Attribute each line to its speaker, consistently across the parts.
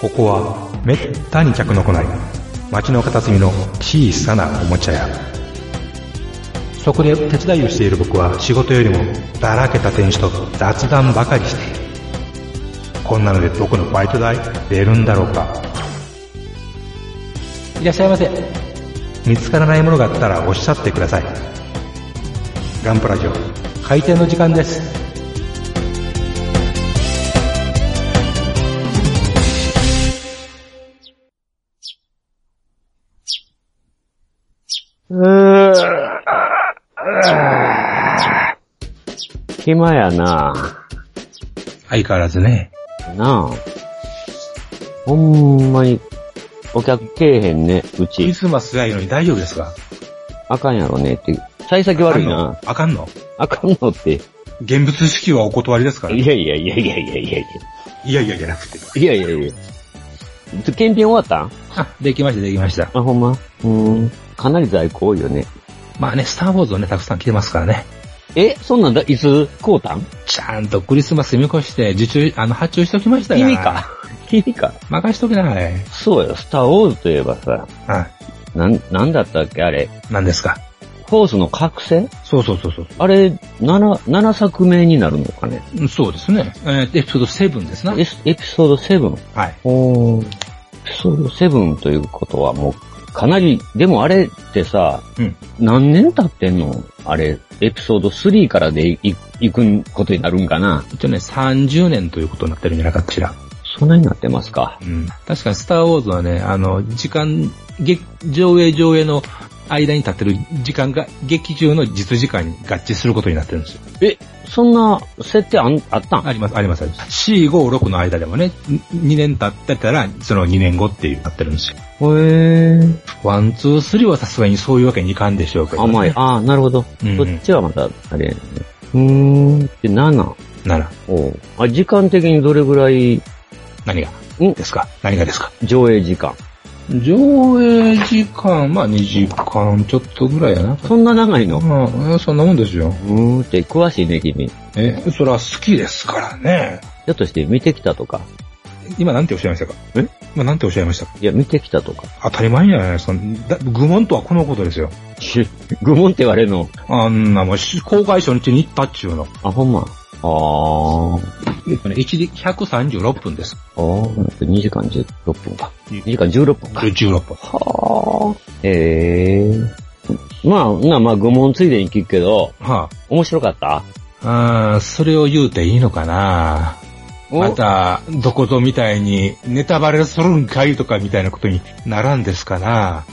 Speaker 1: ここはめったに客の来ない町の片隅の小さなおもちゃ屋そこで手伝いをしている僕は仕事よりもだらけた店主と雑談ばかりしているこんなので僕のバイト代出るんだろうか
Speaker 2: いらっしゃいませ。
Speaker 1: 見つからないものがあったらおっしゃってくださいガンプラジオ
Speaker 2: 開店の時間です。
Speaker 3: うー暇やな
Speaker 1: 相変わらずね
Speaker 3: なあ。ほんまに、お客けえへんね、う
Speaker 1: クリ
Speaker 3: ち。
Speaker 1: スマスがいいのに大丈夫ですか
Speaker 3: あかんやろねって。幸先悪いな。
Speaker 1: あかんの
Speaker 3: あかんのって。
Speaker 1: 現物支給はお断りですからい
Speaker 3: いやいやいやいやいやいやい
Speaker 1: やいやじゃなくて
Speaker 3: や。いやいやいや。検品終わった
Speaker 1: あできましたできました
Speaker 3: あ、ほんまうーん。かなり在庫多いよね。
Speaker 1: まあねスター・ウォーズをねたくさん来てますからね
Speaker 3: え、そんなんだ、いつ買うたん
Speaker 1: ちゃんとクリスマス見越して受注あの発注しておきましたから
Speaker 3: 君か。君か。
Speaker 1: 任しときなはい
Speaker 3: そうよ、スターウォーズといえばさ、なん、なんだったっけあれ。
Speaker 1: 何ですか
Speaker 3: フォースの覚醒
Speaker 1: そうそうそうそう
Speaker 3: あれ、7、7作目になるのかね
Speaker 1: うんそうですね。えーエピソード7ですな。
Speaker 3: エスエピソード7。
Speaker 1: はい。
Speaker 3: おエピソード7ということはもう、かなり、でもあれってさ、
Speaker 1: うん
Speaker 3: 何年経ってんのあれ、エピソード3からでいい行くことになるんかな
Speaker 1: 一応ね、30年ということになってるんじゃなかったかしら。
Speaker 3: そんなになってますか。
Speaker 1: うん。確かにスターウォーズはね、あの、時間、劇上映上映の間に立ってる時間が、劇中の実時間に合致することになってるんですよ。
Speaker 3: え、そんな設定あんあったん
Speaker 1: あります、あります、あります。4、5、6の間でもね、2年経ってたら、その2年後っていうなってるんですよ。
Speaker 3: へー。
Speaker 1: ワン、ツー、スリーはさすがにそういうわけにいかんでしょうけど、
Speaker 3: 甘い。。ああ、なるほど。
Speaker 1: うんうん
Speaker 3: そっちはまた、あれやね。うーん。で、7。
Speaker 1: なら、
Speaker 3: おうあ、時間的にどれぐらい
Speaker 1: 何が
Speaker 3: うん
Speaker 1: ですか何がですか
Speaker 3: 上映時間
Speaker 1: 上映時間、まあ2時間ちょっとぐらいやな。
Speaker 3: そんな長いの
Speaker 1: まあ、そんなもんですよ。
Speaker 3: うーんって、詳しいね、君。
Speaker 1: え、そら好きですからね。
Speaker 3: ひょっとして見てきたとか。
Speaker 1: 今なんておっしゃいましたか
Speaker 3: え
Speaker 1: 今なんておっしゃいましたか
Speaker 3: いや、見てきたとか。
Speaker 1: 当たり前じゃないですか。だ愚問とはこのことですよ。
Speaker 3: し愚問って言われるの。
Speaker 1: あんなもん、し公開初日に行ったっちゅうの。
Speaker 3: あ、ほんま。あー。
Speaker 1: えっとね、1時136分です。
Speaker 3: あー、2時間16分か。2時間16分か。
Speaker 1: 16分。
Speaker 3: はー。えー。まあ、な、まあ、愚問ついでに聞くけど、
Speaker 1: は
Speaker 3: 面白かった
Speaker 1: あ、あーそれを言うていいのかなまた、どことみたいに、ネタバレするんかいとかみたいなことにならんですかな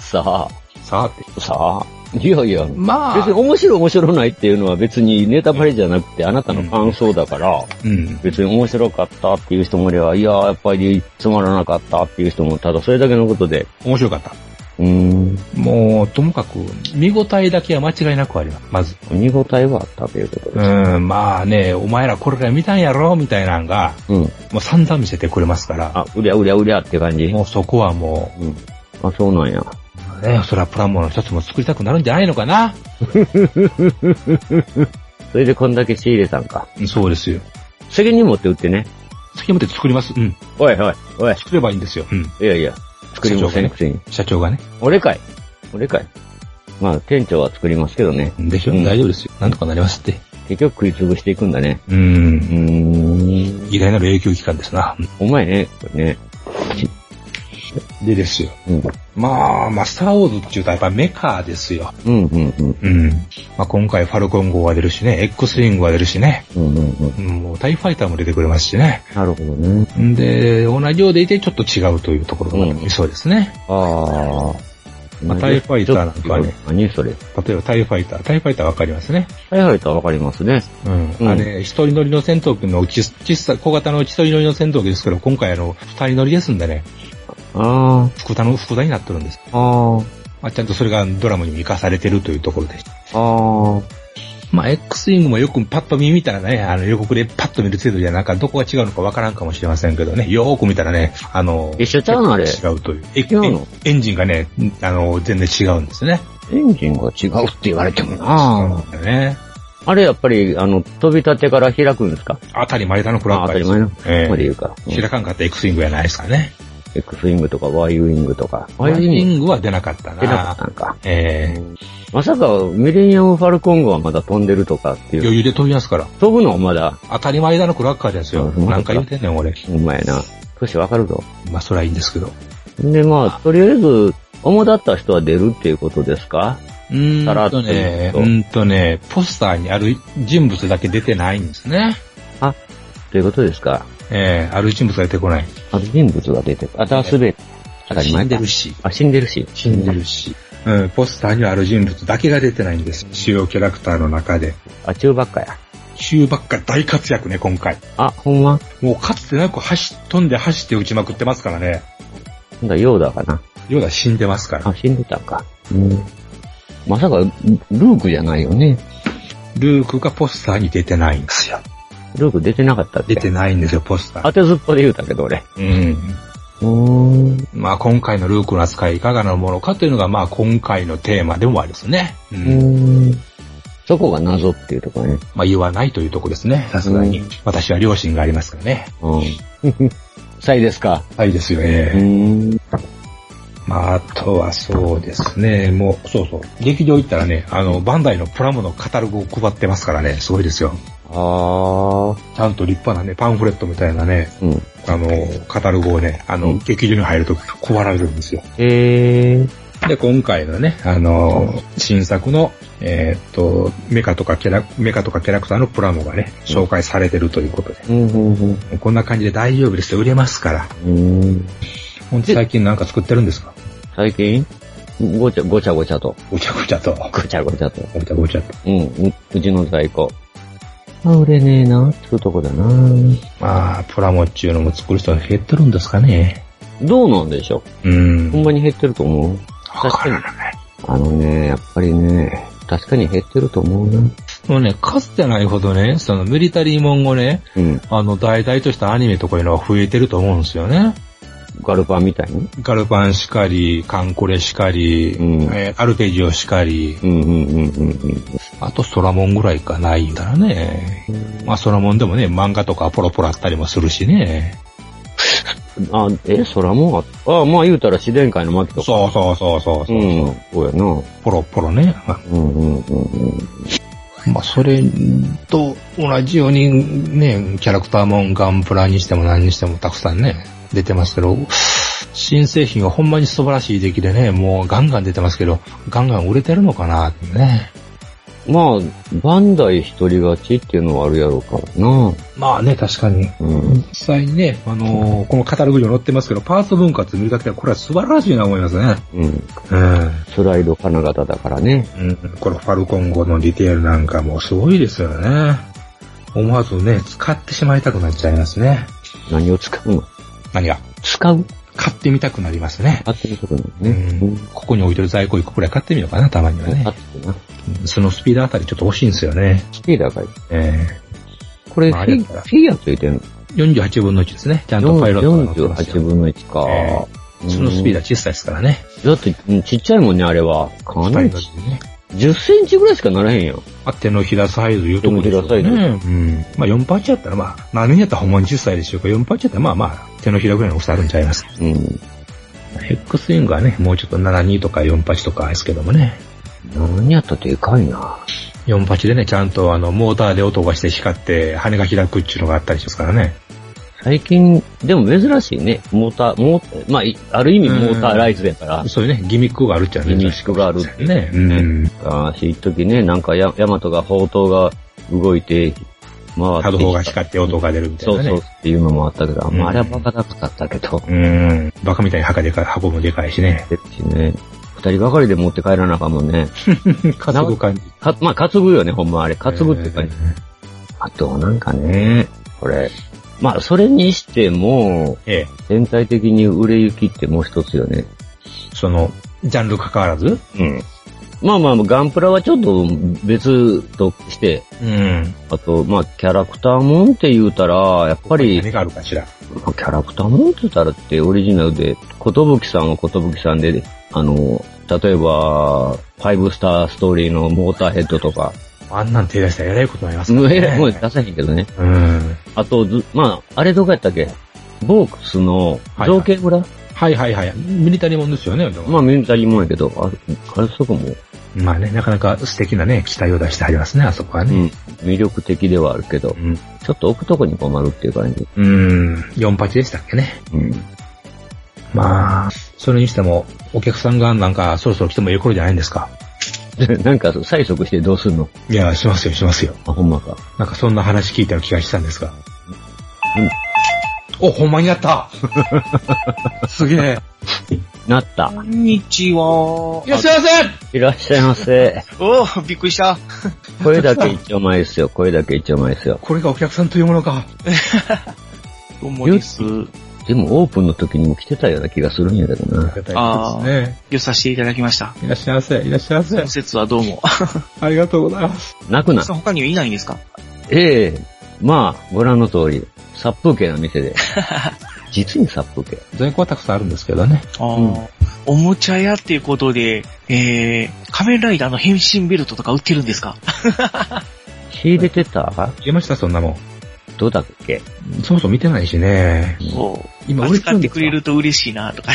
Speaker 3: さ
Speaker 1: さあって。
Speaker 3: あ、さあ。いやいや、
Speaker 1: ま
Speaker 3: 別に面白い面白ないっていうのは別にネタバレじゃなくてあなたの感想だから、
Speaker 1: うん。
Speaker 3: 別に面白かったっていう人もいれば、いやーやっぱりつまらなかったっていう人も、ただそれだけのことで、
Speaker 1: 面白かった。
Speaker 3: うーん、
Speaker 1: もう、ともかく、見応えだけは間違いなくあります。まず。
Speaker 3: 見応えはあったということで
Speaker 1: うん、まあね、お前らこれから見たんやろみたいなのが、
Speaker 3: す。うん。
Speaker 1: もう散々見せてくれますから、
Speaker 3: あ、うりゃうりゃうりゃって感じ。
Speaker 1: もうそこはも
Speaker 3: うん。あ、そうなんや。
Speaker 1: う、ね、そらプラモの一つも作りたくなるんじゃないのかな
Speaker 3: それでこんだけ仕入れたんか。
Speaker 1: そうですよ。
Speaker 3: 責任持って売ってね。
Speaker 1: 先まで作ります。うん。
Speaker 3: おいおい、おい、
Speaker 1: 作ればいいんですよ。うん。
Speaker 3: いやいや、作りませんくせに。
Speaker 1: 社長がね。
Speaker 3: 俺かい。俺かい。まあ、店長は作りますけどね。
Speaker 1: でしょ、
Speaker 3: うん
Speaker 1: 大丈夫ですよ。なんとかなりますって。
Speaker 3: 結局食い潰していくんだね。
Speaker 1: う
Speaker 3: うー
Speaker 1: ん。
Speaker 3: ん。
Speaker 1: 偉大なる永久期間ですな。うん
Speaker 3: お前ね、これね。
Speaker 1: でですよ。
Speaker 3: うん。
Speaker 1: まあ、マスターウォーズっていうとやっぱメカですよ。
Speaker 3: うん、うん、うん。
Speaker 1: うん。まあ今回ファルコン号が出るしね、X ウィングが出るしね。
Speaker 3: うん、うん、うん。
Speaker 1: うんもうタイファイターも出てくれますしね。
Speaker 3: なるほどね。
Speaker 1: んで、同じようでいてちょっと違うというところが
Speaker 3: うん
Speaker 1: そうですね。
Speaker 3: ああ。
Speaker 1: まあタイファイターなんかね。
Speaker 3: 何それ。
Speaker 1: 例えばタイファイター。タイファイターわかりますね。
Speaker 3: タイファイターわかりますね。
Speaker 1: うん。
Speaker 3: うん
Speaker 1: あれ、一人乗りの戦闘機のうち、小さい小型の一人乗りの戦闘機ですけど、今回あの、二人乗りですんでね、
Speaker 3: あ
Speaker 1: 複座の、複座になってるんです。
Speaker 3: あ、ああ、
Speaker 1: まあ、ちゃんとそれがドラマにも生かされてるというところで。
Speaker 3: ああ。
Speaker 1: まあ、X ウィングもよくパッと見見たらね、あの、予告でパッと見る程度じゃなんかどこが違うのかわからんかもしれませんけどね、よーく見たらね、あの、
Speaker 3: 一緒ちゃうのあれ。
Speaker 1: 違うという。え
Speaker 3: 違うの
Speaker 1: エンジンがね、あの、全然違うんですね。
Speaker 3: エンジンが違うって言われてもな。
Speaker 1: だね。
Speaker 3: あれやっぱり、あの、飛び立てから開くんですか
Speaker 1: 当たり前だのフラッ
Speaker 3: あ当
Speaker 1: カーで
Speaker 3: たり
Speaker 1: す。
Speaker 3: 前の。
Speaker 1: ええ
Speaker 3: まで言うか。うん
Speaker 1: 開かんかった X ウィングやないですかね。
Speaker 3: X ウィングとか Y ウィングとか。
Speaker 1: ワ
Speaker 3: Y ウ
Speaker 1: イ
Speaker 3: ィング
Speaker 1: ングは出なかったな。
Speaker 3: 出なかったんか。
Speaker 1: ええ
Speaker 3: まさか、ミレニアム・ファルコン号はまだ飛んでるとかっていう。
Speaker 1: 余裕で飛びますから。
Speaker 3: 飛ぶのまだ。
Speaker 1: 当たり前だのクラッカーですよ。
Speaker 3: あそう
Speaker 1: なんか言うてんねん、俺。
Speaker 3: ほんまやな。年わかるぞ。
Speaker 1: まあ、それはいいんですけど。
Speaker 3: で、まあ、とりあえず、主だった人は出るっていうことですか
Speaker 1: うーんとね、う
Speaker 3: さらっと
Speaker 1: ーんとね、ポスターにある人物だけ出てないんですね。
Speaker 3: ということですか
Speaker 1: ええある人物が出てこない。
Speaker 3: ある人物が出てる。あ、だすべて。当たり
Speaker 1: 死
Speaker 3: 前
Speaker 1: んで
Speaker 3: だ
Speaker 1: る。し。
Speaker 3: あ、死んでるし。
Speaker 1: 死んでるし。うん、ポスターにはある人物だけが出てないんです。主要キャラクターの中で。
Speaker 3: あ、中ばっかや。
Speaker 1: 中ばっか大活躍ね、今回。
Speaker 3: あ、ほんま
Speaker 1: もうかつてなく走っ飛んで走って打ちまくってますからね。
Speaker 3: なんだ、ヨーダかな。
Speaker 1: ヨーダ死んでますから。
Speaker 3: あ、死んでたか。うん。まさか、ルークじゃないよね。
Speaker 1: ルークがポスターに出てないんですよ。
Speaker 3: ルーク出てなかったっけ
Speaker 1: 出てないんですよ、ポスター。
Speaker 3: 当てずっぽで言うたけど、俺。
Speaker 1: うん。
Speaker 3: うーん。
Speaker 1: まあ今回のルークの扱いいかがなものかというのが、まあ今回のテーマでもありますね。う。
Speaker 3: うんーん。そこが謎っていうとこね。
Speaker 1: まあ言わないというとこですね、さすがに
Speaker 3: う。
Speaker 1: 私は両親がありますからね。
Speaker 3: うん。サイですか。
Speaker 1: はいですよ
Speaker 3: う
Speaker 1: ね。
Speaker 3: ーん。
Speaker 1: まあ、あとはそうですね、もう、そうそう。劇場行ったらね、あの、バンダイのプラモのカタログを配ってますからね、すごいですよ。
Speaker 3: あー。
Speaker 1: ちゃんと立派なね、パンフレットみたいなね、
Speaker 3: うん。
Speaker 1: あの、カタログをね、あの、
Speaker 3: うん
Speaker 1: 劇場に入ると配られるんですよ。
Speaker 3: えー。
Speaker 1: で、今回のね、あの、新作の、えーっと、メカとかキャラ、メカとかキャラクターのプラモがね、紹介されてるということで。
Speaker 3: うん、うん、
Speaker 1: こんな感じで大丈夫ですよ。売れますから。
Speaker 3: うん。うん。
Speaker 1: ほんと最近なんか作ってるんですか
Speaker 3: 最近ごちゃ、ごちゃごちゃと。
Speaker 1: ごちゃごちゃと。
Speaker 3: ごちゃごちゃと。
Speaker 1: ごちゃごちゃと。
Speaker 3: うん。ううちの在庫。あ、売れねえな、っていうとこだな。
Speaker 1: まあ、プラモっちゅうのも作る人が減ってるんですかね。
Speaker 3: どうなんでしょ
Speaker 1: う。
Speaker 3: うんほんまに減ってると思う
Speaker 1: わからない。
Speaker 3: あのね、やっぱりね、確かに減ってると思うな。
Speaker 1: もうね、かつてないほどね、そのミリタリーもんをね、
Speaker 3: うん。
Speaker 1: あの、題材としたアニメとかいうのは増えてると思うんですよね。
Speaker 3: ガルパンみたいに。
Speaker 1: ガルパンしかり、カンコレしかり、
Speaker 3: うん
Speaker 1: えーアルペジオしかり、
Speaker 3: うんうんうんうんうん。
Speaker 1: あとソラモンぐらいかないんだらね。まあソラモンでもね、漫画とかポロポロあったりもするしね。
Speaker 3: あ、え、そらもうあ、あまあ言うたら自然界の巻とか。
Speaker 1: そうそうそうそうそう、
Speaker 3: うん。そうやな。
Speaker 1: ポロポロね。ま
Speaker 3: うんうんうんうん。
Speaker 1: あ、まあそれと同じようにね、キャラクターもんガンプラにしても何にしてもたくさんね、出てますけど、新製品はほんまに素晴らしい出来でね、もうガンガン出てますけど、ガンガン売れてるのかなってね。
Speaker 3: まあ、バンダイ一人勝ちっていうのはあるやろうからな。
Speaker 1: まあね、確かに。
Speaker 3: うん。
Speaker 1: 実際にね、あのーこのカタログにも載ってますけど、パーツ分割見かけたら、これは素晴らしいな思いますね。
Speaker 3: うん。
Speaker 1: うん。
Speaker 3: スライド金型だからね。
Speaker 1: うん、このファルコン号のディテールなんかもすごいですよね。思わずね、使ってしまいたくなっちゃいますね。
Speaker 3: 何を使うの
Speaker 1: 何が
Speaker 3: 使う
Speaker 1: 買ってみたくなりますね。
Speaker 3: 買ってみとくの
Speaker 1: う
Speaker 3: ね。
Speaker 1: ん、ここに置いてる在庫1個くらい買ってみようかな、たまにはね
Speaker 3: 買。ってくな。
Speaker 1: そのスピードあたりちょっと欲しいんですよね。
Speaker 3: スピーダーがいい。
Speaker 1: え
Speaker 3: これ、フ
Speaker 1: まああれ
Speaker 3: ィ
Speaker 1: や
Speaker 3: フ
Speaker 1: から
Speaker 3: ィギュアついてんの
Speaker 1: え48分の1ですね。ちゃんとパイロットが乗ってます
Speaker 3: 48
Speaker 1: よ。
Speaker 3: 分の1か。
Speaker 1: え
Speaker 3: うん
Speaker 1: そのスピードは小さいですからね。
Speaker 3: だって、うんちっちゃいもんね、あれは。かなり。
Speaker 1: 二人乗りでね。
Speaker 3: 10センチぐらいしかならへんやん。
Speaker 1: あ、手のひらサイズいうとこでしょう
Speaker 3: 手
Speaker 1: ね。
Speaker 3: のひ
Speaker 1: うん。まあ4パッチやったらまあ、何年やったらほんまに10歳でしょうか。4パッチやったらまあまあ、手のひらぐらいの大きさあるんちゃいますか。
Speaker 3: うん。
Speaker 1: X ウィングはね、もうちょっと72とか48とかですけどもね。
Speaker 3: 何やったらでかいな。
Speaker 1: 48でね、ちゃんとあの、モーターで音がして光って、羽が開くっていうのがあったりしますからね。
Speaker 3: 最近、でも珍しいね。モーター、モーまあ、いある意味モーターライズやから。
Speaker 1: そういうね、ギミックがあるっちゃね。
Speaker 3: ギミックがあるっていう
Speaker 1: ね。うん。
Speaker 3: 昔、一時ね、なんかヤ、ヤマトが、砲塔が動いて、回って
Speaker 1: 角方が光って音が出るみた
Speaker 3: そ
Speaker 1: いうなね。
Speaker 3: そうっていうのもあったけど、
Speaker 1: ん
Speaker 3: まあ、あれはバカ高かったけど、
Speaker 1: うん。バカみたいに墓でかい、箱もでかいしね。
Speaker 3: でしね。二人ばかりで持って帰らなあかんもんね。
Speaker 1: 家族感じ。
Speaker 3: か、まあ、担ぐよね、ほんまあれ。担ぐっていうか、
Speaker 1: えー
Speaker 3: あと、なんかね、これ。まあ、それにしても、
Speaker 1: ええ。
Speaker 3: 全体的に売れ行きってもう一つよね。
Speaker 1: その、ジャンル関わらず
Speaker 3: うん。まあまあ、ガンプラはちょっと別として、
Speaker 1: うん。
Speaker 3: あと、まあ、キャラクターもんって言うたら、やっぱり、
Speaker 1: 何があるかしら。
Speaker 3: まあキャラクターもんって言ったらってオリジナルで、ことぶきさんはことぶきさんで、あの、例えば、ファイブスターストーリーのモーターヘッドとか、
Speaker 1: あんなん手出したらえらいことになります
Speaker 3: も
Speaker 1: から
Speaker 3: う
Speaker 1: ね。
Speaker 3: えらい声出せへんけどね。
Speaker 1: うん。
Speaker 3: あと、ず、まあ、あれどこやったっけボークスの造形村、
Speaker 1: はいはいはい。ミリタリーもんですよね。でも
Speaker 3: まあ、ミリタリーもんやけど、ああれそこも、
Speaker 1: まあね、なかなか素敵なね、機体を出してありますね、あそこは
Speaker 3: う
Speaker 1: ね。
Speaker 3: ん、魅力的ではあるけど、
Speaker 1: うん。
Speaker 3: ちょっと置くとこに困るっていう感じ。
Speaker 1: うん。4八でしたっけね。
Speaker 3: うん。
Speaker 1: まあ、それにしても、お客さんがなんかそろそろ来てもいい頃じゃないんですか。
Speaker 3: なんか、催促してどうすんの
Speaker 1: いや、しますよ、しますよ。
Speaker 3: あ、ほんまか。
Speaker 1: なんかそんな話聞いたような気がしたんですが。お、ほんまになったすげえ。
Speaker 3: なった。
Speaker 2: こんにちは。
Speaker 1: いらっしゃいませ
Speaker 3: いらっしゃいませ。
Speaker 2: おーびっくりした。
Speaker 3: 声だけ一丁前ですよ。声だけ一丁前ですよ。
Speaker 1: これがお客さんというものか。
Speaker 2: どうもです。
Speaker 3: でも、オープンの時にも来てたような気がするんやけどな。
Speaker 1: ああ。ね。
Speaker 2: よさせていただきました。
Speaker 1: いらっしゃいませ、いらっしゃいませ
Speaker 2: 今。節はどうも。
Speaker 1: ありがとうございます。
Speaker 3: 泣くな。
Speaker 2: さん他にはいないんですか
Speaker 3: ええまあ、ご覧の通り、殺風景な店 で。実に殺風景。
Speaker 1: 在庫はたくさんあるんですけどね。
Speaker 2: あー
Speaker 3: うん
Speaker 2: おもちゃ屋っていうことで、えー、仮面ライダーの変身ベルトとか売ってるんですか
Speaker 3: 仕入れてた
Speaker 1: 消えました、そんなも
Speaker 3: どうだっけ
Speaker 1: ん。そもそも見てないしね。
Speaker 2: お
Speaker 1: 今、売れて
Speaker 2: 扱
Speaker 1: る
Speaker 2: っ
Speaker 1: んで
Speaker 2: て
Speaker 1: すか
Speaker 2: くれると嬉しいなとか。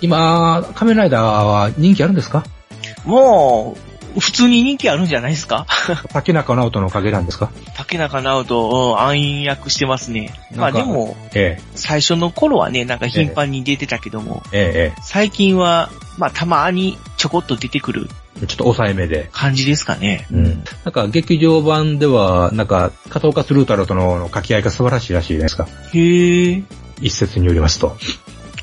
Speaker 1: 今、仮面ライダーは人気あるんですか
Speaker 2: もう、普通に人気あるんじゃないですか
Speaker 1: 竹中直人のおかげなんですか
Speaker 2: 竹中直人、うん暗躍してますね。
Speaker 1: な
Speaker 2: まあ
Speaker 1: んか
Speaker 2: でも、
Speaker 1: え
Speaker 2: 最初の頃はね、なんか頻繁に出てたけども、
Speaker 1: え、え
Speaker 2: 最近は、まあたまにちょこっと出てくる
Speaker 1: え、ちょっと抑えめで。
Speaker 2: 感じですかね。
Speaker 1: うん。なんか、劇場版では、なんか、片岡鶴太郎との掛け合いが素晴らしいらしいじゃないですか。
Speaker 2: へえ。
Speaker 1: 一説によりますと。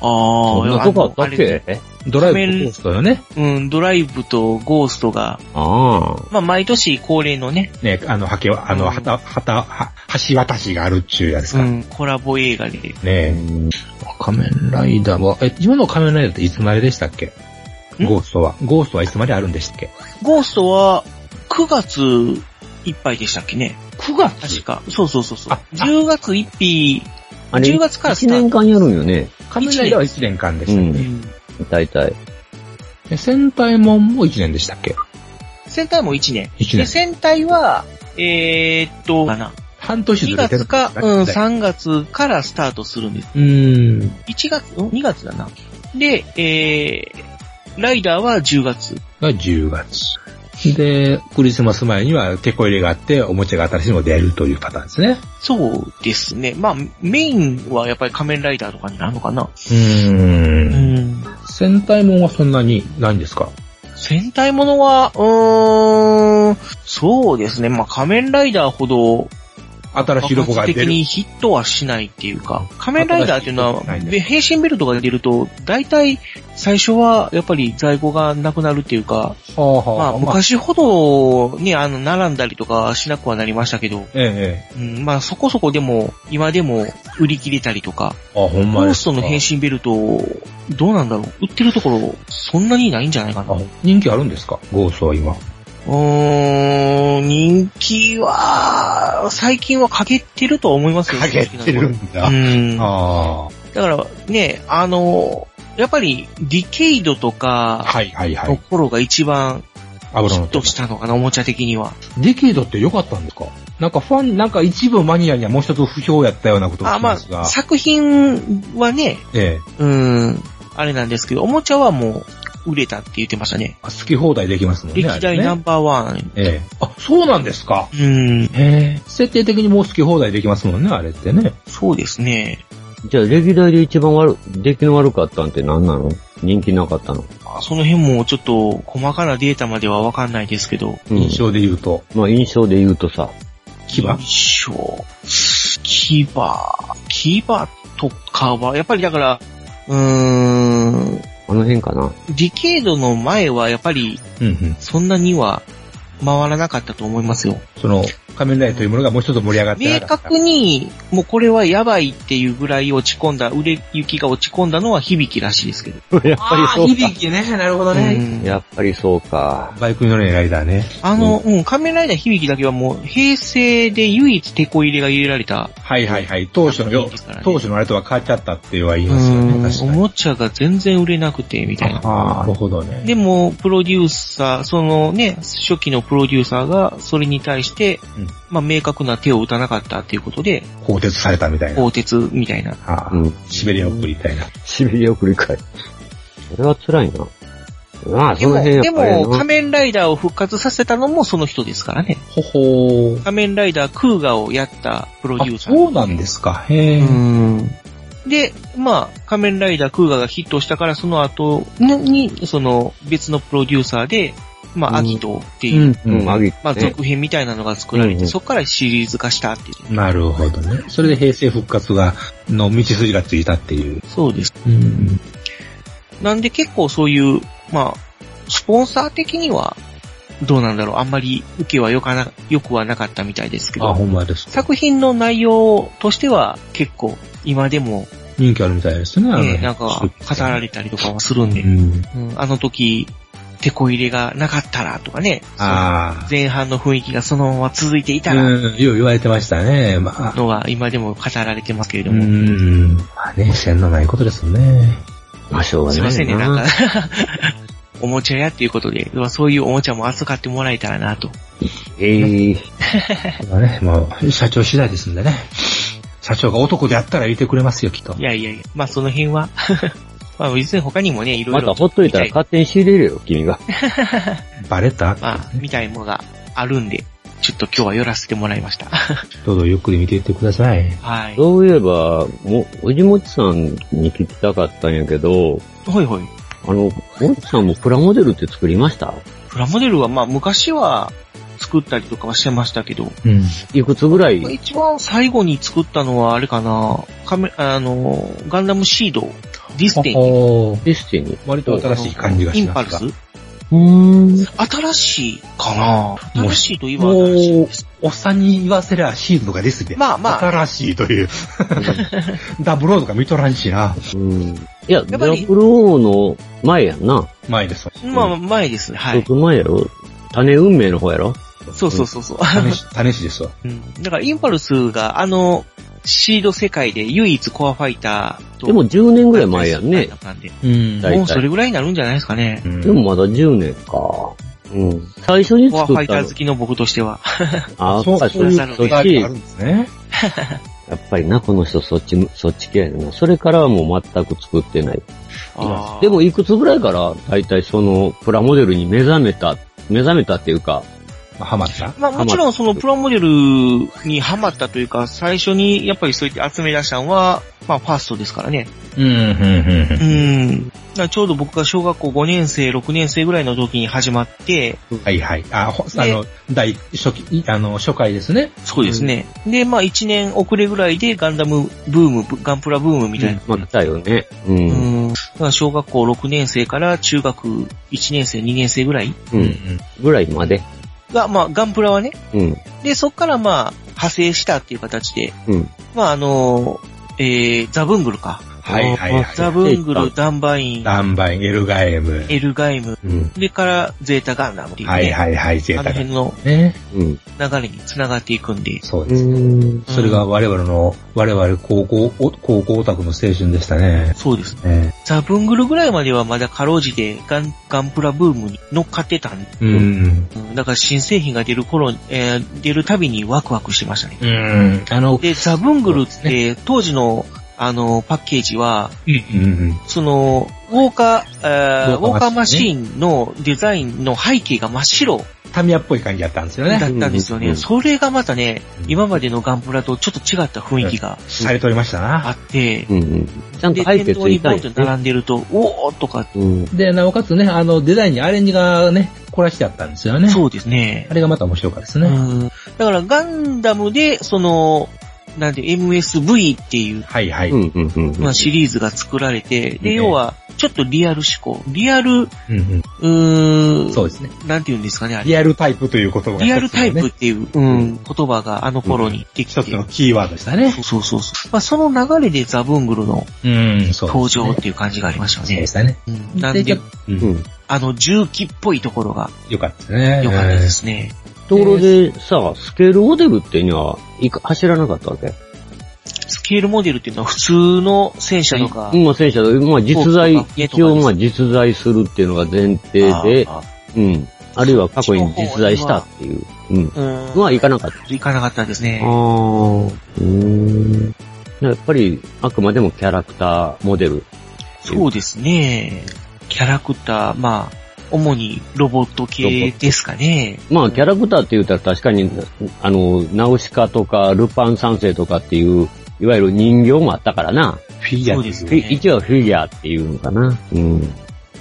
Speaker 2: あ
Speaker 3: そん
Speaker 2: あ、
Speaker 3: なとこあったっ
Speaker 2: あれ
Speaker 3: け
Speaker 1: ドライブコーストよね。
Speaker 2: うん、ドライブとゴーストが、
Speaker 3: ああ。
Speaker 2: まあ、毎年恒例のね、
Speaker 1: ね、あの、はけ、あの、
Speaker 2: うん
Speaker 1: はた、はた、は、橋渡しがあるっちゅうやつ
Speaker 2: う
Speaker 1: か。ね
Speaker 2: ん、コラボ映画で。
Speaker 3: う
Speaker 1: え。
Speaker 3: ん
Speaker 1: 仮面ライダーは、え、今の仮面ライダーっていつまででしたっけ
Speaker 2: ん
Speaker 1: ゴーストは。ゴーストはいつまであるんでしたっけ
Speaker 2: ゴーストは、9月いっぱいでしたっけね。
Speaker 1: ?9 月
Speaker 2: 確か。そうそうそうそう
Speaker 1: あ。
Speaker 2: 10月1日、
Speaker 3: あれ、
Speaker 2: 10月からス
Speaker 3: 1
Speaker 2: タート
Speaker 3: 年間やるんよね。
Speaker 1: 仮面ライダーは1年間で
Speaker 3: う
Speaker 1: した。
Speaker 3: ん。大体。
Speaker 1: で戦隊もんも1年でしたっけ
Speaker 2: 戦隊も1年。
Speaker 1: ?1
Speaker 2: で、
Speaker 1: 年。
Speaker 2: 戦隊は、えーっと、かな。
Speaker 1: 半年ず
Speaker 2: 2
Speaker 1: れてるんで
Speaker 2: 月
Speaker 1: す
Speaker 2: か、
Speaker 1: ね
Speaker 2: うん、
Speaker 1: 大体
Speaker 2: 3月からスタートするんです。
Speaker 1: うーん。
Speaker 2: 1月、ん ?2 月だな。で、えー、ライダーは10月。
Speaker 1: が10月。で、クリスマス前には手こ入れがあって、おもちゃが新しいのが出るというパターンですね。
Speaker 2: そうですね。まあ、メインはやっぱり仮面ライダーとかになるのかな。
Speaker 1: うーん。
Speaker 2: ん。
Speaker 1: 戦隊もんはそんなにないんですか
Speaker 2: 戦隊ものは、うーん、そうですね。まあ、仮面ライダーほど、
Speaker 1: 新しいロゴが出る。
Speaker 2: 的にヒットはしないっていうか、仮面ライダーっていうの
Speaker 1: 新
Speaker 2: は、
Speaker 1: しいロゴが出ないね
Speaker 2: で変身ベルトが出ると、大体、最初はやっぱり在庫がなくなるっていう
Speaker 1: は
Speaker 2: か、
Speaker 1: あは
Speaker 2: まあ、昔ほど、ね、あの、並んだりとかしなくはなりましたけど、
Speaker 1: ええ
Speaker 2: うん、まあ、そこそこでも、今でも売り切れたりとか、
Speaker 1: ええ。あ、ほんま
Speaker 2: ゴー
Speaker 1: で
Speaker 2: ス
Speaker 1: すか
Speaker 2: トの変身ベルト、どうなんだろう売ってるところ、そんなにないんじゃないかな。
Speaker 1: あ
Speaker 2: う、
Speaker 1: 人気あるんですかゴーストは今。
Speaker 2: ーん、人気は、最近は欠けてるとは思いますよ。正
Speaker 1: ん
Speaker 2: 直なところ。うん。だ
Speaker 1: あ
Speaker 2: から、ね、あの、やっぱり、ディケイドと
Speaker 1: あ。
Speaker 2: か、
Speaker 1: はいはいは
Speaker 2: の
Speaker 1: い。
Speaker 2: 頃が一番ヒ
Speaker 1: 油の
Speaker 2: ッ。トしたのかな、おもちゃ的には。
Speaker 1: デケードって良かったんですかなんかファン、なんか一部マニアにはもう一つ不評やったようなことが
Speaker 2: あ、
Speaker 1: 聞きま
Speaker 2: ます
Speaker 1: が。
Speaker 2: あ、作品はね、
Speaker 1: ええ。
Speaker 2: うん、あれなんですけど、おもちゃはもう、売れたって言ってましたね。
Speaker 1: 好き放題できますもんね。
Speaker 2: 歴代ナ
Speaker 1: あれね
Speaker 2: ンバーワン。
Speaker 1: ええ。あ、そうなんですか
Speaker 2: うん、
Speaker 1: へえ。設定的にもう好き放題できますもんね、あれってね。
Speaker 2: そうですね。
Speaker 3: じゃあ、歴代で一番悪、出来の悪かったんって何なの人気なかったの
Speaker 2: あその辺もちょっと細かなデータまではわかんないですけど。
Speaker 3: うん
Speaker 1: 印。象で言うと、
Speaker 3: まあ、印象で言うとさ、
Speaker 1: 牙
Speaker 2: 印象。牙。牙とかは、やっぱりだから、うーん、
Speaker 3: あの辺かな。
Speaker 2: ディケードの前はやっぱり
Speaker 1: うんうん。
Speaker 2: そんなには回らなかったと思いますよ。
Speaker 1: その、仮面ライダーというものがもう一つ盛り上がってな
Speaker 2: 明
Speaker 1: かった
Speaker 2: 確に、もうこれはやばいっていうぐらい落ち込んだ、売れ行きが落ち込んだのは響きらしいですけど。
Speaker 3: やっぱりそうか。
Speaker 1: きね。なるほど
Speaker 2: うん
Speaker 3: やっぱりそうか。
Speaker 1: バイクに乗れないライダーね。
Speaker 2: あの、うん、仮面ライダー響きだけはもう平成で唯一テこ入れが入れられた
Speaker 1: はいはいはい。当初のよ、
Speaker 2: ですからね
Speaker 1: 当初のあれとは変わっちゃったっては言いうますよね。
Speaker 2: ん、
Speaker 1: 確か
Speaker 2: お
Speaker 1: に。
Speaker 2: もちゃが全然売れなくて、みたいな。
Speaker 1: ああ、なるほどね。
Speaker 2: でも、プロデューサー、そのね、初期のプロデューサーが、それに対して、
Speaker 1: うん
Speaker 2: まあ、明確な手を打たなかったっていうことで、
Speaker 1: 鋼鉄されたみたいな。
Speaker 2: 鋼鉄みたいな。
Speaker 1: ああ
Speaker 3: うん
Speaker 1: シベリア送りみたいな。
Speaker 3: しびれを繰り返す。それは辛いな。まあ、
Speaker 2: で
Speaker 3: その
Speaker 2: も、
Speaker 3: 辺や
Speaker 2: で
Speaker 3: っぱりな。
Speaker 2: も、仮面ライダーを復活させたのもその人ですからね。
Speaker 1: ほほー。
Speaker 2: 仮面ライダークーガをやったプロデュー
Speaker 1: あ、
Speaker 2: サー。
Speaker 1: そうなんですか。へえ。
Speaker 2: うんで、まあ、仮面ライダークーガがヒットしたから、その後に、にその、別のプロデューサーで、ま
Speaker 3: うん
Speaker 2: あ、アギトっていう、
Speaker 1: うん、
Speaker 3: うん、あげ
Speaker 2: まあ、続編みたいなのが作られて、
Speaker 3: うん
Speaker 2: そこからシリーズ化したっていう。
Speaker 1: なるほどね。それで平成復活が、の道筋がついたっていう。
Speaker 2: そうです。
Speaker 1: うん。
Speaker 2: なんで結構そういう、まあ、スポンサー的には、どうなんだろう。あんまり受けは良かな、良くはなかったみたいですけ
Speaker 1: あ、
Speaker 2: ど、
Speaker 1: ほんまです。
Speaker 2: 作品の内容としては結構今でも、
Speaker 1: 人気あるみたいですね、あの
Speaker 2: ね、
Speaker 1: 辺
Speaker 2: なんか語られたりとかはするんで、
Speaker 1: うん。
Speaker 2: うんあの時、手こ入れがなかったらとかね、
Speaker 1: あ
Speaker 2: 前半の雰囲気がそのまま続いてい
Speaker 1: あ。
Speaker 2: たら、
Speaker 1: うん、よう言われてましたね。まあ、
Speaker 2: のが今でも語られてますけれど
Speaker 1: う
Speaker 2: も。
Speaker 1: ん。まあね、線のないことですね。
Speaker 3: まあ、しょうがな
Speaker 2: す
Speaker 3: いいな。
Speaker 2: ませんね、なんか、 おもちゃ屋っていうことで、まあそういうおもちゃも扱ってもらえたらなと。
Speaker 3: ええ
Speaker 1: まあね、もう、社長次第ですんでね。社長が男であったら入れてくれますよ、きっと
Speaker 2: い。やいやいや、まあその辺は、 まあ別に他にもね、いろ
Speaker 3: ま
Speaker 2: いろ
Speaker 3: た、ほっといたら勝手に仕入れるよ、君が。
Speaker 1: バレた
Speaker 2: まあ、みたいものがあるんで、ちょっと今日は寄らせてもらいました。
Speaker 1: どうぞゆっくり見ていってください。
Speaker 2: はい。は
Speaker 3: そういえば、も、おじもちさんに聞きたかったんやけど、
Speaker 2: いはい。
Speaker 3: あの、おじさんもプラモデルって作りました
Speaker 2: プラモデルはまあ昔は作ったりとかはしてましたけど、
Speaker 1: うん。
Speaker 3: いくつぐらい
Speaker 2: 一番最後に作ったのはあれかな、カメ、あの、ガンダムシード、ディスティン、
Speaker 1: おー
Speaker 3: ディスティニ
Speaker 1: 割と新しい感じが
Speaker 2: イ
Speaker 1: し
Speaker 2: ンパ
Speaker 1: ま
Speaker 2: ル
Speaker 1: すが
Speaker 2: ス。
Speaker 3: うーん。
Speaker 2: 新しいかな
Speaker 1: もう
Speaker 2: 新しいといえば新しいです。
Speaker 1: おっさんに言わせりゃシールとかですで。
Speaker 2: まあまあ
Speaker 1: 新しいという。ダブルオーとか見とらんしな。
Speaker 3: うん。いや、
Speaker 2: や
Speaker 3: ダ
Speaker 2: っぱり
Speaker 3: ブルオーの前やんな。
Speaker 1: 前です。
Speaker 2: まあ、前ですね。はい。
Speaker 3: 僕前やろ種運命の方やろ
Speaker 2: そうそうそうそう。
Speaker 1: 試 し、試しですわ。
Speaker 2: うんだから、インパルスが、あの、シード世界で唯一コアファイターと。
Speaker 3: でも、10年ぐらい前やんね。
Speaker 2: なんで。
Speaker 1: うん
Speaker 3: 大体
Speaker 2: もうそれぐらいになるんじゃないですかね。
Speaker 3: でもまだ10年か。うん。最初に
Speaker 2: コアフ
Speaker 3: 作
Speaker 2: ァ
Speaker 3: っ
Speaker 2: イタ
Speaker 3: た
Speaker 2: ー
Speaker 3: の
Speaker 2: 好。きの僕としては。
Speaker 3: あ、
Speaker 1: そう、
Speaker 3: やっ
Speaker 1: そういう
Speaker 2: そう
Speaker 1: こだわりがあるんですね。
Speaker 3: ぱりな、この人そっち、そっち系やな。それからはもう全く作ってない。
Speaker 2: あー
Speaker 3: でも、いくつぐらいから、だいたいその、プラモデルに目覚めた、目覚めたっていうか、
Speaker 1: まあ、ハマった。
Speaker 2: まあもちろんそのプラモデルにハマったというか、最初にやっぱりそうやって集め出したのは、まあファーストですからね。
Speaker 1: うん、うん、う
Speaker 2: う。ん。だからちょうど僕が小学校5年生、6年生ぐらいの時に始まって、
Speaker 1: はいはい。あ、ほあの、第、初期、あの、初回ですね。
Speaker 2: そうですね。で、まあ1年遅れぐらいでガンダムブーム、ブガンプラブームみたいな。
Speaker 3: まあ来たよね。う。
Speaker 2: うんん。だから小学校6年生から中学1年生、2年生ぐらい
Speaker 3: うん。ぐらいまで。
Speaker 2: が、まあガンプラはね。
Speaker 3: うん。
Speaker 2: で、そっからまあ派生したっていう形で、
Speaker 3: うん。
Speaker 2: まああの、えー、ザブングルか。
Speaker 1: はいはいはい
Speaker 2: ザブングル、ダンバイン、
Speaker 1: ダンバイン、エルガエム。
Speaker 2: エルガイム、
Speaker 3: うん。
Speaker 2: でからゼータガンダムっていうね、
Speaker 1: はいはいはい、ゼー
Speaker 2: あの
Speaker 1: タが
Speaker 2: 辺。の
Speaker 1: ね。
Speaker 3: うん。
Speaker 2: 流れに繋がっていくんで、
Speaker 1: そうです。
Speaker 3: うん。
Speaker 1: それが我々の、我々高校、お高校オタクの青春でしたね。
Speaker 2: そうです。
Speaker 1: ね
Speaker 2: ザブングルぐらいまではまだかろうじてガンガンプラブームに乗っかってたんで、
Speaker 1: うん。
Speaker 2: うんだから新製品が出る頃、えー出るたびにワクワクしてましたね。
Speaker 1: うん。あの、
Speaker 2: で、ザブングルって当時のあの、パッケージは、
Speaker 1: うんうん。
Speaker 2: その、ウォーカー、えーウ
Speaker 1: ウォ
Speaker 2: ォー
Speaker 1: ー
Speaker 2: カ
Speaker 1: カ
Speaker 2: ー
Speaker 1: ー
Speaker 2: マ
Speaker 1: マ
Speaker 2: シ
Speaker 1: シ
Speaker 2: ーンのデザインの背景が真っ白
Speaker 1: タミヤっぽい感じだったんですよ
Speaker 2: だっ
Speaker 1: ね。
Speaker 2: たんですよ
Speaker 3: うんう
Speaker 2: ね。
Speaker 3: ん
Speaker 2: それがまたね
Speaker 1: う、ん
Speaker 2: 今までのガンプラとちょっと違った雰囲気が
Speaker 1: されておりました
Speaker 2: あ
Speaker 1: な。
Speaker 2: って、
Speaker 3: うんうん。ちゃんと
Speaker 2: で、
Speaker 3: 背景
Speaker 2: 店
Speaker 3: つ
Speaker 2: 頭に
Speaker 3: い
Speaker 2: ボ
Speaker 3: たん
Speaker 2: ーンと
Speaker 3: やね。
Speaker 2: 並んでると、おーっとか、
Speaker 3: うん。。
Speaker 1: で、なおかつね、あの、デザインにアレンジがね、凝らしてあったんですよね。
Speaker 2: そうですね
Speaker 1: あ。れがまた面白かったです
Speaker 2: う
Speaker 1: ね。
Speaker 2: ん。だからガンダムで、その、なんで MSV っていう、
Speaker 1: はいはいう
Speaker 3: んうんうん。
Speaker 2: まあ、シリーズが作られて、で、
Speaker 1: ね
Speaker 2: 要は、ちょっとリアル思考。リアル、う
Speaker 1: うん
Speaker 2: ー、
Speaker 1: うんんそうですね。
Speaker 2: なんて言うんですかね、あれ。
Speaker 1: リアルタイプという言葉が、
Speaker 2: リアルタイプっ
Speaker 1: ね。
Speaker 2: ていう、うん、言葉があの頃にでき
Speaker 1: 一つ。
Speaker 2: て
Speaker 1: のキーワードでしたね
Speaker 2: そ。うそうそうそう。まあ、その流れでザブングルの
Speaker 1: うん、そうですね。
Speaker 2: 登場っていう感じがありまし
Speaker 1: そ
Speaker 2: た
Speaker 1: うで
Speaker 2: ね。
Speaker 1: したね。
Speaker 2: うんなんで、
Speaker 1: う。
Speaker 3: うんん。
Speaker 2: あの、重機っぽいところが
Speaker 1: よかったですね。
Speaker 2: 良かったですね。
Speaker 3: ところでさ、スケールモデルっていうには、いか、走らなかったわけ
Speaker 2: PL モデルっていうのは普通の戦車とか、
Speaker 3: まあ戦車、まあ実在
Speaker 2: フォークと、か
Speaker 3: 一応まあ実在するっていうのが前提で、
Speaker 2: あ
Speaker 3: うん。あるいは過去に実在したっていう。うん。
Speaker 2: ーうん。
Speaker 3: まあいかなかった。
Speaker 2: いかなかったです
Speaker 3: ああ
Speaker 2: ね。、
Speaker 3: うん。やっぱり、あくまでもキャラクター、モデル。
Speaker 2: そうですね。キャラクター、まあ、主にロボット系ですかね。
Speaker 3: まあ、キャラクターって言ったら確かに、あの、ナウシカとか、ルパン三世とかっていう、いわゆる人形もあったからな。
Speaker 1: フィギュア
Speaker 2: そう
Speaker 1: で
Speaker 2: ですす
Speaker 1: よ
Speaker 3: フィ
Speaker 2: ね。
Speaker 3: 一応フィギュアっていうのかな。うん。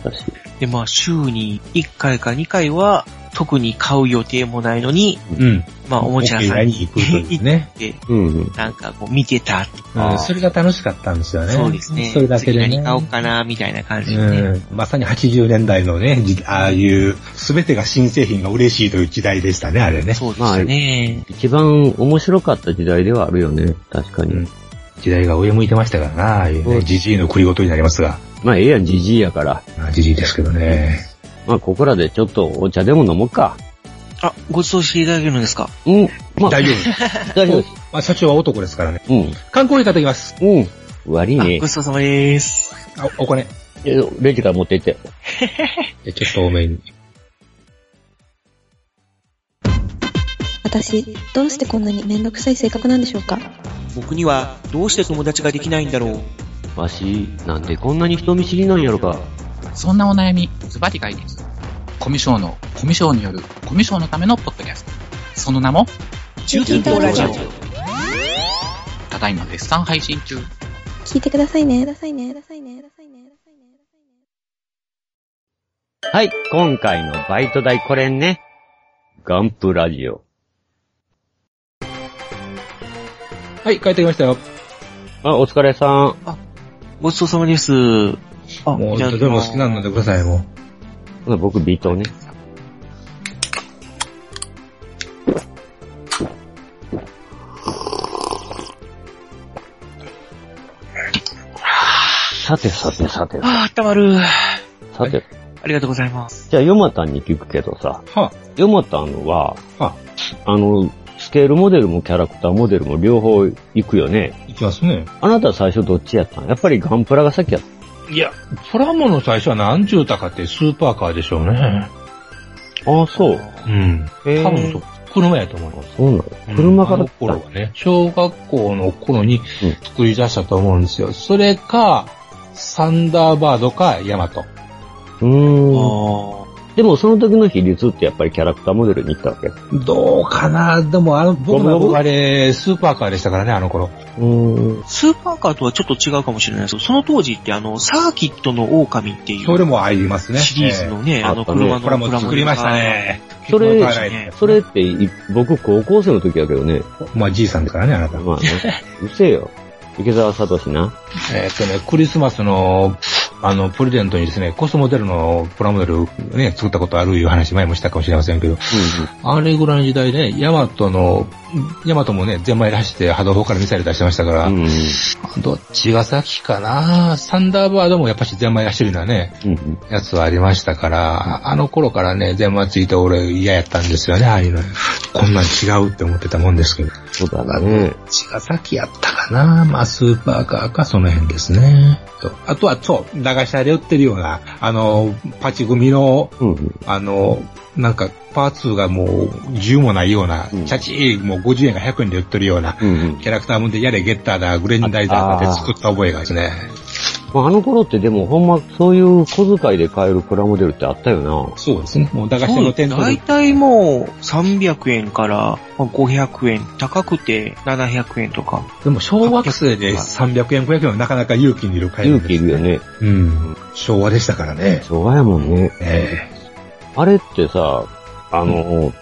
Speaker 3: 確か
Speaker 2: で、まあ、週に1回か2回は、特に買う予定もないのに、
Speaker 1: うん。
Speaker 2: まあ、おもちゃ屋さんに
Speaker 1: に行くというね。
Speaker 2: 行って、
Speaker 3: うんうん。
Speaker 2: なんかこう見てた。
Speaker 1: うん、それが楽しかったんですよね。
Speaker 2: そうですね。
Speaker 1: それだけでね
Speaker 2: 次何。買おうかな、みたいな感じでね。
Speaker 1: うん、まさに80年代のね、じああいう、すべてが新製品が嬉しいという時代でしたね、あれね。
Speaker 2: そうでしたね。
Speaker 3: 一番面白かった時代ではあるよね。確かに。
Speaker 1: うん時代が上向いてましたからな、ああいう
Speaker 3: う
Speaker 1: ね、
Speaker 3: ん
Speaker 1: じじいの繰りごとになりますが。
Speaker 3: まあ、ええやん、じじいやから。
Speaker 1: まあじじいですけどね。
Speaker 3: まあ、ここらでちょっとお茶でも飲もうか。
Speaker 2: あ、ご馳走していただけるんですか
Speaker 3: うん。まあ、
Speaker 1: 大丈夫。
Speaker 3: 大丈夫です。
Speaker 1: まあ、社長は男ですからね。
Speaker 3: うん。
Speaker 1: 観光に買ってきます。
Speaker 3: うん。悪い
Speaker 2: あ、
Speaker 3: ね
Speaker 2: ご。ちそうさまです。
Speaker 1: あ、お金。
Speaker 3: えレジから持って行って。
Speaker 1: えちょっと多めに。
Speaker 4: 私、どうしてこんなにめんどくさい性格なんでしょうか
Speaker 5: 僕にはどうして友達ができないんだろう
Speaker 3: わし、なんでこんなに人見知りなんやろか。
Speaker 6: そんなお悩み、ズバリ解決。コミュ障のコミュ障によるコミュ障のためのポッドキャスト。その名も、
Speaker 5: 中近東ラジオ
Speaker 6: ただいま絶賛配信中。
Speaker 4: 聞いてくださいね。くださいね。くださいね。くださいね。
Speaker 3: はい、今回のバイト代これね。ガンプラジオ。
Speaker 1: はい、帰ってきましたよ。
Speaker 3: あ、お疲れさん。
Speaker 2: ごちそうさまです。あ
Speaker 1: もう、どれも好きなのでください、も
Speaker 3: 僕、ビートね。さてさてさて、
Speaker 2: あー、温まる。
Speaker 3: さて。
Speaker 2: ありがとうございます。
Speaker 3: じゃあ、ヨマタンに聞くけどさ、
Speaker 1: う。は
Speaker 3: ヨマタンは、
Speaker 1: は
Speaker 3: あの、スケールモデルもキャラクターモデルも両方行くよね。
Speaker 1: あ、いきますね。
Speaker 3: あなたは最初どっちやったんやっぱりガンプラが先やった
Speaker 1: いや、プラモの最初は何十高ってスーパーカーでしょうね。
Speaker 3: ああ、そう。
Speaker 1: うん。
Speaker 3: え
Speaker 1: 多分そう、車やと思います。
Speaker 3: そうなの車から
Speaker 1: うんあの頃はね、小学校の頃に作り出したと思うんですよ。それか、サンダーバードかヤマト。
Speaker 3: うー
Speaker 2: あ
Speaker 3: ん。
Speaker 2: ー
Speaker 3: でもその時の比率ってやっぱりキャラクターモデルに行ったわけ。う
Speaker 1: どうかなでもあの、僕の
Speaker 3: ゴムゴム
Speaker 1: 憧れ、スーパーカーでしたからね、あの頃。
Speaker 3: ーん。
Speaker 2: スーパーカーとはちょっと違うかもしれないですけど、その当時ってあの、サーキットの狼ってい
Speaker 1: それ
Speaker 2: う
Speaker 1: もありますね。
Speaker 2: シリーズのね、
Speaker 3: え
Speaker 2: あの
Speaker 3: あったね
Speaker 2: 車の
Speaker 1: プラモ作りました。ね。
Speaker 3: それ
Speaker 1: 結構高いね
Speaker 3: それってい、僕高校生の時やけどね。
Speaker 1: まあ、じいさんですからね、あなた。
Speaker 3: まあね。うるせえよ。池澤聡な。
Speaker 1: えーっとね、クリスマスの、あの、プレゼントにですね、コスモデルのプラモデルをね、作ったことあるいう話前もしたかもしれませんけど、あれぐらいの時代で、ね、ヤマトの、ヤマトもね、ゼンマイらして波動砲からミサイル出してましたから、
Speaker 3: うんうん。
Speaker 1: どっちが先かなサンダーバードもやっぱしゼンマイらしてるようなね、
Speaker 3: うんうん。
Speaker 1: やつはありましたから、あの頃からね、ゼンマイついて俺嫌やったんですよね、ああいうの。こんなん違うって思ってたもんですけど。どっ
Speaker 3: そうだね。
Speaker 1: ちが先やったかなまあ、スーパーカーかその辺ですね。とあとは、そう、駄菓子屋で売ってるような、あの、パチ組の
Speaker 3: うんうん。
Speaker 1: あの、なんか、パーツがもう10もないような、
Speaker 3: うん
Speaker 1: チャチー、もう50円が100円で売ってるような、
Speaker 3: うんうん
Speaker 1: キャラクターもんで、やれゲッターだ、グレンダイザーだって作った覚えがですね。
Speaker 3: まあ、あの頃ってでもほんまそういう小遣いで買えるプラモデルってあったよな。
Speaker 1: そうですね。もう駄菓子屋
Speaker 2: そ
Speaker 1: の
Speaker 2: う
Speaker 1: 店頭
Speaker 2: 大
Speaker 1: で。
Speaker 2: 体もう300円からまあ500円、高くて700円とか。
Speaker 1: でも小学生で300円、500円はなかなか勇気にいる買えるん
Speaker 3: 勇
Speaker 1: です
Speaker 3: 気いるよ。ね。
Speaker 1: うん。昭和でしたからね。
Speaker 3: 昭和やもんね。
Speaker 1: え
Speaker 3: あれってさ、あの、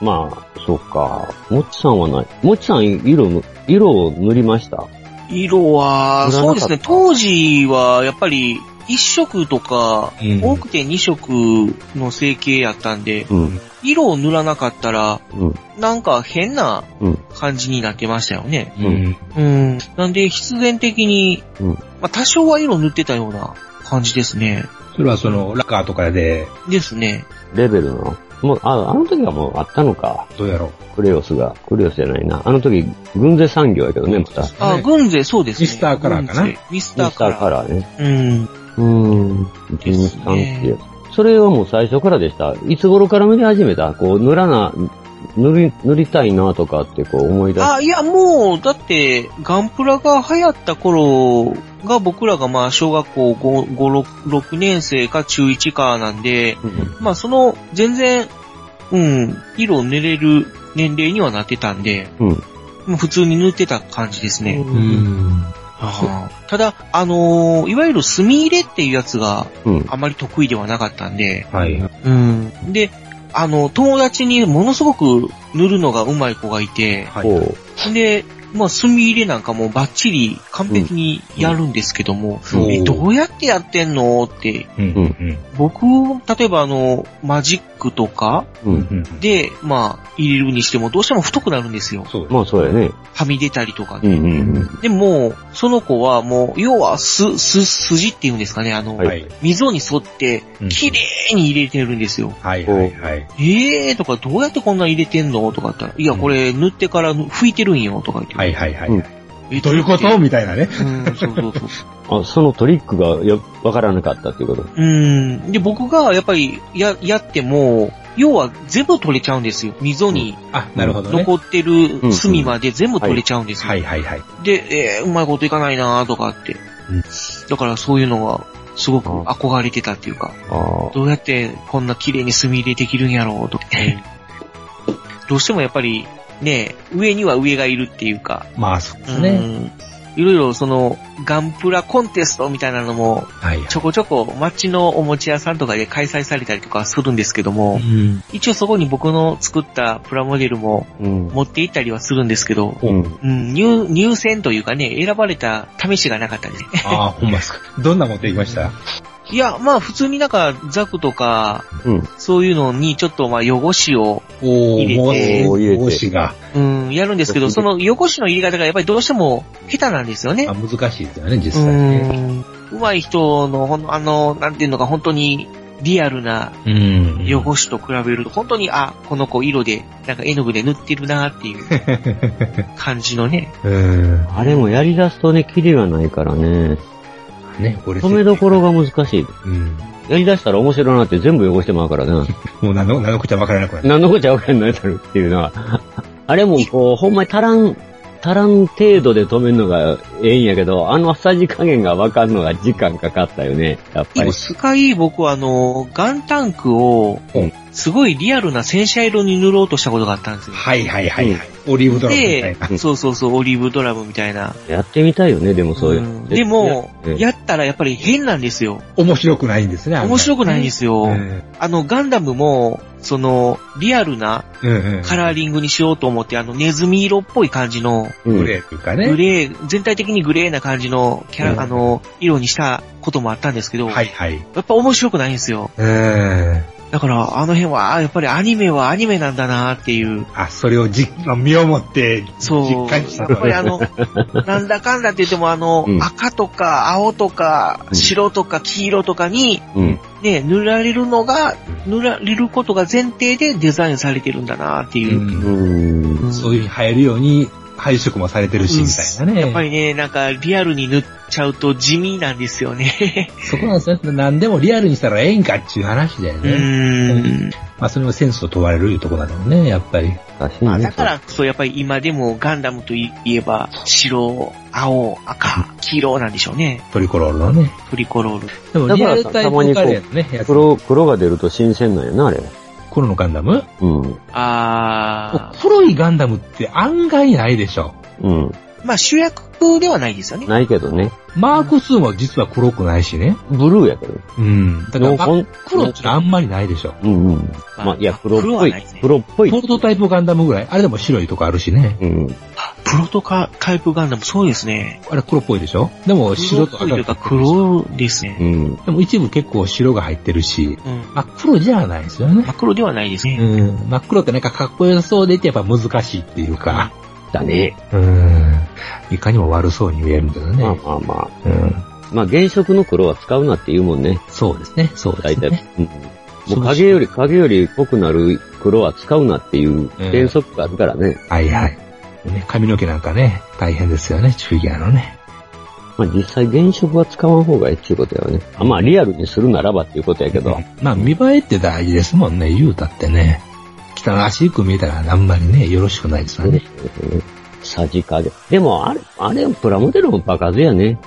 Speaker 3: まあ、そうか。もっちさんはない。もっちさん色ぬ、色を塗りました
Speaker 2: 色は、
Speaker 3: 塗らなか
Speaker 2: そう
Speaker 3: った
Speaker 2: ですね、当時はやっぱり1色とか、
Speaker 1: えうん
Speaker 2: 多くて2色の成形やったんで、
Speaker 3: うん。
Speaker 2: 色を塗らなかったら、
Speaker 3: うん。
Speaker 2: なんか変な
Speaker 3: うん
Speaker 2: 感じになってましたよね。
Speaker 1: うん。
Speaker 2: うん。なんで必然的に、
Speaker 3: うん
Speaker 2: まあ多少は色塗ってたような感じですね。
Speaker 1: それはその、ラッカーとかで、
Speaker 2: ですね。
Speaker 3: レベルの。もう、あ、あの時はもうあったのか。
Speaker 1: どうやろう。
Speaker 3: クレオスが。クレオスじゃないな。あの時、軍勢産業やけどね、また。ミス
Speaker 2: あ、軍勢、そうですね。
Speaker 1: ミスターカラーかな
Speaker 2: 軍勢ミ
Speaker 3: タ
Speaker 2: スタ
Speaker 3: ー
Speaker 2: ーカラー。
Speaker 3: カラーね。
Speaker 2: うん。
Speaker 3: うーん。ジムさんっていう。それはもう最初からでした。いつ頃から塗り始めたこう、塗らな、塗り、塗りたいなとかってこう思い出す。
Speaker 2: あ、いや、もう、だって、ガンプラが流行った頃が僕らがまあ、小学校5、5 6, 6年生か中1かなんで、
Speaker 3: うん
Speaker 2: まあ、その、全然、うん、色を塗れる年齢にはなってたんで、
Speaker 3: うん
Speaker 2: もう普通に塗ってた感じですね。
Speaker 1: うん。
Speaker 2: あーただ、あのーいわゆる墨入れっていうやつが
Speaker 3: うん。
Speaker 2: あまり得意ではなかったんで、
Speaker 1: はい。
Speaker 2: うん。で、あの、友達にものすごく塗るのが上手い子がいて、
Speaker 1: はい。
Speaker 3: こ
Speaker 1: う
Speaker 3: う。
Speaker 2: で、まあ、墨入れなんかもバッチリ完璧にやるんですけども、
Speaker 1: うんうん
Speaker 2: えどうやってやってんのって、
Speaker 1: ん。うん。
Speaker 2: 僕、例えばあの、マジックとか
Speaker 3: う
Speaker 1: うん
Speaker 3: ん。。
Speaker 1: うん。
Speaker 2: で、まあ、入れるにしてもどうしても太くなるんですよ。
Speaker 1: そうです。
Speaker 3: まあそうやね。
Speaker 2: はみ出たりとか
Speaker 3: う
Speaker 2: で。
Speaker 3: んうんうん。
Speaker 2: でも、その子はもう、要は、す、す、筋っていうんですかね、あの、
Speaker 3: はい
Speaker 1: はい。
Speaker 2: 溝に沿って、
Speaker 1: うん
Speaker 2: 綺麗に入れてるんですよ。
Speaker 1: はいはいはい。
Speaker 2: ええーとか、どうやってこんなん入れてんのとか言ったら、いや、これ塗ってから拭いてるんよ、とか言って。
Speaker 1: はいはいは
Speaker 3: う
Speaker 1: い
Speaker 3: ん。
Speaker 2: え
Speaker 1: どういうことみたいなね。
Speaker 2: うん、そうそうそう。
Speaker 3: あ、そのトリックがや、わからなかったっていうこと。
Speaker 2: うん。で、僕がやっぱりや、やっても、要は全部取れちゃうんですよ。溝に
Speaker 1: あ、なるほどね。
Speaker 2: 残ってる隅まで全部取れちゃうんですよ。
Speaker 1: はいはいはい。
Speaker 2: で、えーうまいこといかないなーとかって。
Speaker 1: うん
Speaker 2: だからそういうのが、すごく
Speaker 3: あ
Speaker 2: 憧れてたっていうか、
Speaker 3: あ
Speaker 2: どうやってこんな綺麗に墨入れできるんやろうとか。どうしてもやっぱり、ね、上には上がいるっていうか、
Speaker 1: まあそうで
Speaker 2: う
Speaker 1: すね。
Speaker 2: んいろいろその、ガンプラコンテストみたいなのも、
Speaker 1: はい。
Speaker 2: ちょこちょこ街のお餅屋さんとかで開催されたりとかするんですけども、
Speaker 1: ん。
Speaker 2: 一応そこに僕の作ったプラモデルも
Speaker 3: あ。うん。
Speaker 2: 持って行ったりはするんですけど、
Speaker 3: うん。
Speaker 2: うん、入、入選というかね、選ばれた試しがなかったね。
Speaker 1: ああ、ほんまですか。どんな持ってきました
Speaker 2: いや、まあ普通になんかザクとか、
Speaker 3: うん。
Speaker 2: そういうのにちょっとまあ汚しを、
Speaker 1: お
Speaker 2: 入れて
Speaker 1: 帽子
Speaker 3: 入れて
Speaker 1: 帽子が。
Speaker 2: うん、やるんですけど、その汚しの入れ方がやっぱりどうしても下手なんですよね
Speaker 1: あ。難しいですよね、実
Speaker 2: う
Speaker 1: 際ね。
Speaker 2: ん。上手い人の、ほんあの、なんていうのか、本当にリアルな
Speaker 1: うん
Speaker 2: 汚しと比べると、本当に、あ、この子色で、なんか絵の具で塗ってるなっていう感じのね。
Speaker 1: うん。
Speaker 3: あれもやり出すとね、キリがないからね。
Speaker 1: ね、俺
Speaker 3: 止めどころが難しい。
Speaker 1: うん。
Speaker 3: やり出したら面白いなって全部汚してまうから な。
Speaker 1: もう何の、何のこっちゃ分からなくなる。
Speaker 3: 何のこっちゃわかんないだろうっていうのは。あれもこう、ほんまに足らん、足らん程度で止めるのがええんやけど、あのさじ加減がわかんのが時間かかったよね、やっぱり。
Speaker 2: 一回僕はあの、ガンタンクを
Speaker 1: うん、
Speaker 2: すごいリアルな戦車色に塗ろうとしたことがあったんですよ。
Speaker 1: はいはいはいはい。オリーブドラゴンみたいな。
Speaker 3: うん
Speaker 2: で、そうそうそう、オリーブドラムみたいな。
Speaker 3: やってみたいよね、でもそういう。
Speaker 2: んでも、
Speaker 3: や
Speaker 2: やったらやっぱり変なんですよ。
Speaker 1: 面白くないんですね、
Speaker 2: 面白くないんですすよ。あの、ガンダムも、その、リアルな
Speaker 1: うんうん。
Speaker 2: カラーリングにしようと思って、あの、ネズミ色っぽい感じの、
Speaker 3: うん
Speaker 1: グレーというかね。
Speaker 2: グレー、全体的にグレーな感じのキャラ、
Speaker 1: うん
Speaker 2: あの、色にしたこともあったんですけど、
Speaker 1: はいはい。
Speaker 2: やっぱ面白くないんですよ。
Speaker 1: うん。
Speaker 2: だから、あの辺は、あやっぱりアニメはアニメなんだなっていう、
Speaker 1: あ、それをじ、身をもって、
Speaker 2: そう、
Speaker 1: 実
Speaker 2: や
Speaker 1: 感した
Speaker 2: っぱりあの、なんだかんだって言っても、あの、
Speaker 3: うん
Speaker 2: 赤とか青とか
Speaker 3: うん
Speaker 2: 白とか黄色とかに、
Speaker 3: うん。
Speaker 2: ね、塗られるのが、塗られることが前提でデザインされてるんだなっていう。
Speaker 3: う。
Speaker 1: うん
Speaker 2: うん
Speaker 1: そういうふうに流行るように、配色もされてるし、みたいなね。
Speaker 2: やっぱりね、なんかリアルに塗っちゃうと地味なんですよね。
Speaker 1: そこなんですね。何でもリアルにしたらええんかっていう話だよ
Speaker 2: う
Speaker 1: ね。
Speaker 2: ーん。
Speaker 1: まあ、それもセンスと問われるいうところだもんね、やっぱり。
Speaker 3: 難しいね。
Speaker 2: だからこそやっぱり今でもガンダムといえば、白、青、赤、黄色なんでしょうね。
Speaker 1: トリコロールのね。
Speaker 2: トリコロール。
Speaker 1: でも、
Speaker 3: だ
Speaker 1: リ
Speaker 3: か
Speaker 1: ア
Speaker 3: ら
Speaker 1: ルタイムカレーのね、やつ。
Speaker 3: 黒、黒が出ると新鮮なんやな、あれ。
Speaker 1: 黒のガンダム
Speaker 3: うん。
Speaker 2: あ
Speaker 1: 黒いガンダムって案外ないでしょ。
Speaker 3: うん。
Speaker 2: ー。まあ主役ではないですよね。
Speaker 3: ないけどね。
Speaker 1: マーク数も実は黒くないしね。
Speaker 3: ブルーやけどね。
Speaker 1: うん。だから、
Speaker 3: 濃紺
Speaker 1: 黒ってあんまりないでしょ。
Speaker 3: うんうん。まあ、いや、黒っ
Speaker 2: 黒
Speaker 3: ぽ
Speaker 2: はいないです。ね
Speaker 3: 黒っぽい。
Speaker 1: ポルトタイプガンダムぐらい。あれでも白いとこあるしね。
Speaker 3: うん。
Speaker 2: プロトカタイプガンダム、そうですね。
Speaker 1: あれ黒っぽいでしょでも白
Speaker 2: 白っ
Speaker 1: と赤
Speaker 2: ぽいというか黒ですね。
Speaker 3: うん。
Speaker 1: でも一部結構白が入ってるし、
Speaker 2: うん。
Speaker 1: あ、黒じゃないですよね
Speaker 2: 真。っ黒ではないですね。
Speaker 1: うん。真っ黒ってなんかかっこよそうでいてやっぱ難しいっていうか、
Speaker 3: だね。
Speaker 1: うん。いかにも悪そうに見えるんだよ
Speaker 3: まあ
Speaker 1: ね。
Speaker 3: まあま
Speaker 1: うん。
Speaker 3: あ。まあ、原色の黒は使うなって言うもんね。
Speaker 1: そうですね。そうで
Speaker 3: 大
Speaker 1: す
Speaker 3: 体
Speaker 1: ね。。
Speaker 3: うん。もう影より、影より濃くなる黒は使うなっていう原則があるからね。
Speaker 1: はいはい。ね、髪の毛なんかね、大変ですよね、注意あのね。
Speaker 3: まあ実際原色は使わん方がいいっていうことやわね。あまあリアルにするならばっていうことやけど。
Speaker 1: まあ、見栄えって大事ですもんね、言うたってね。汚らしく見えたらあんまりね、よろしくないですよね。
Speaker 3: さじ加減。でもあれ、あれ、プラモデルもバカずやね。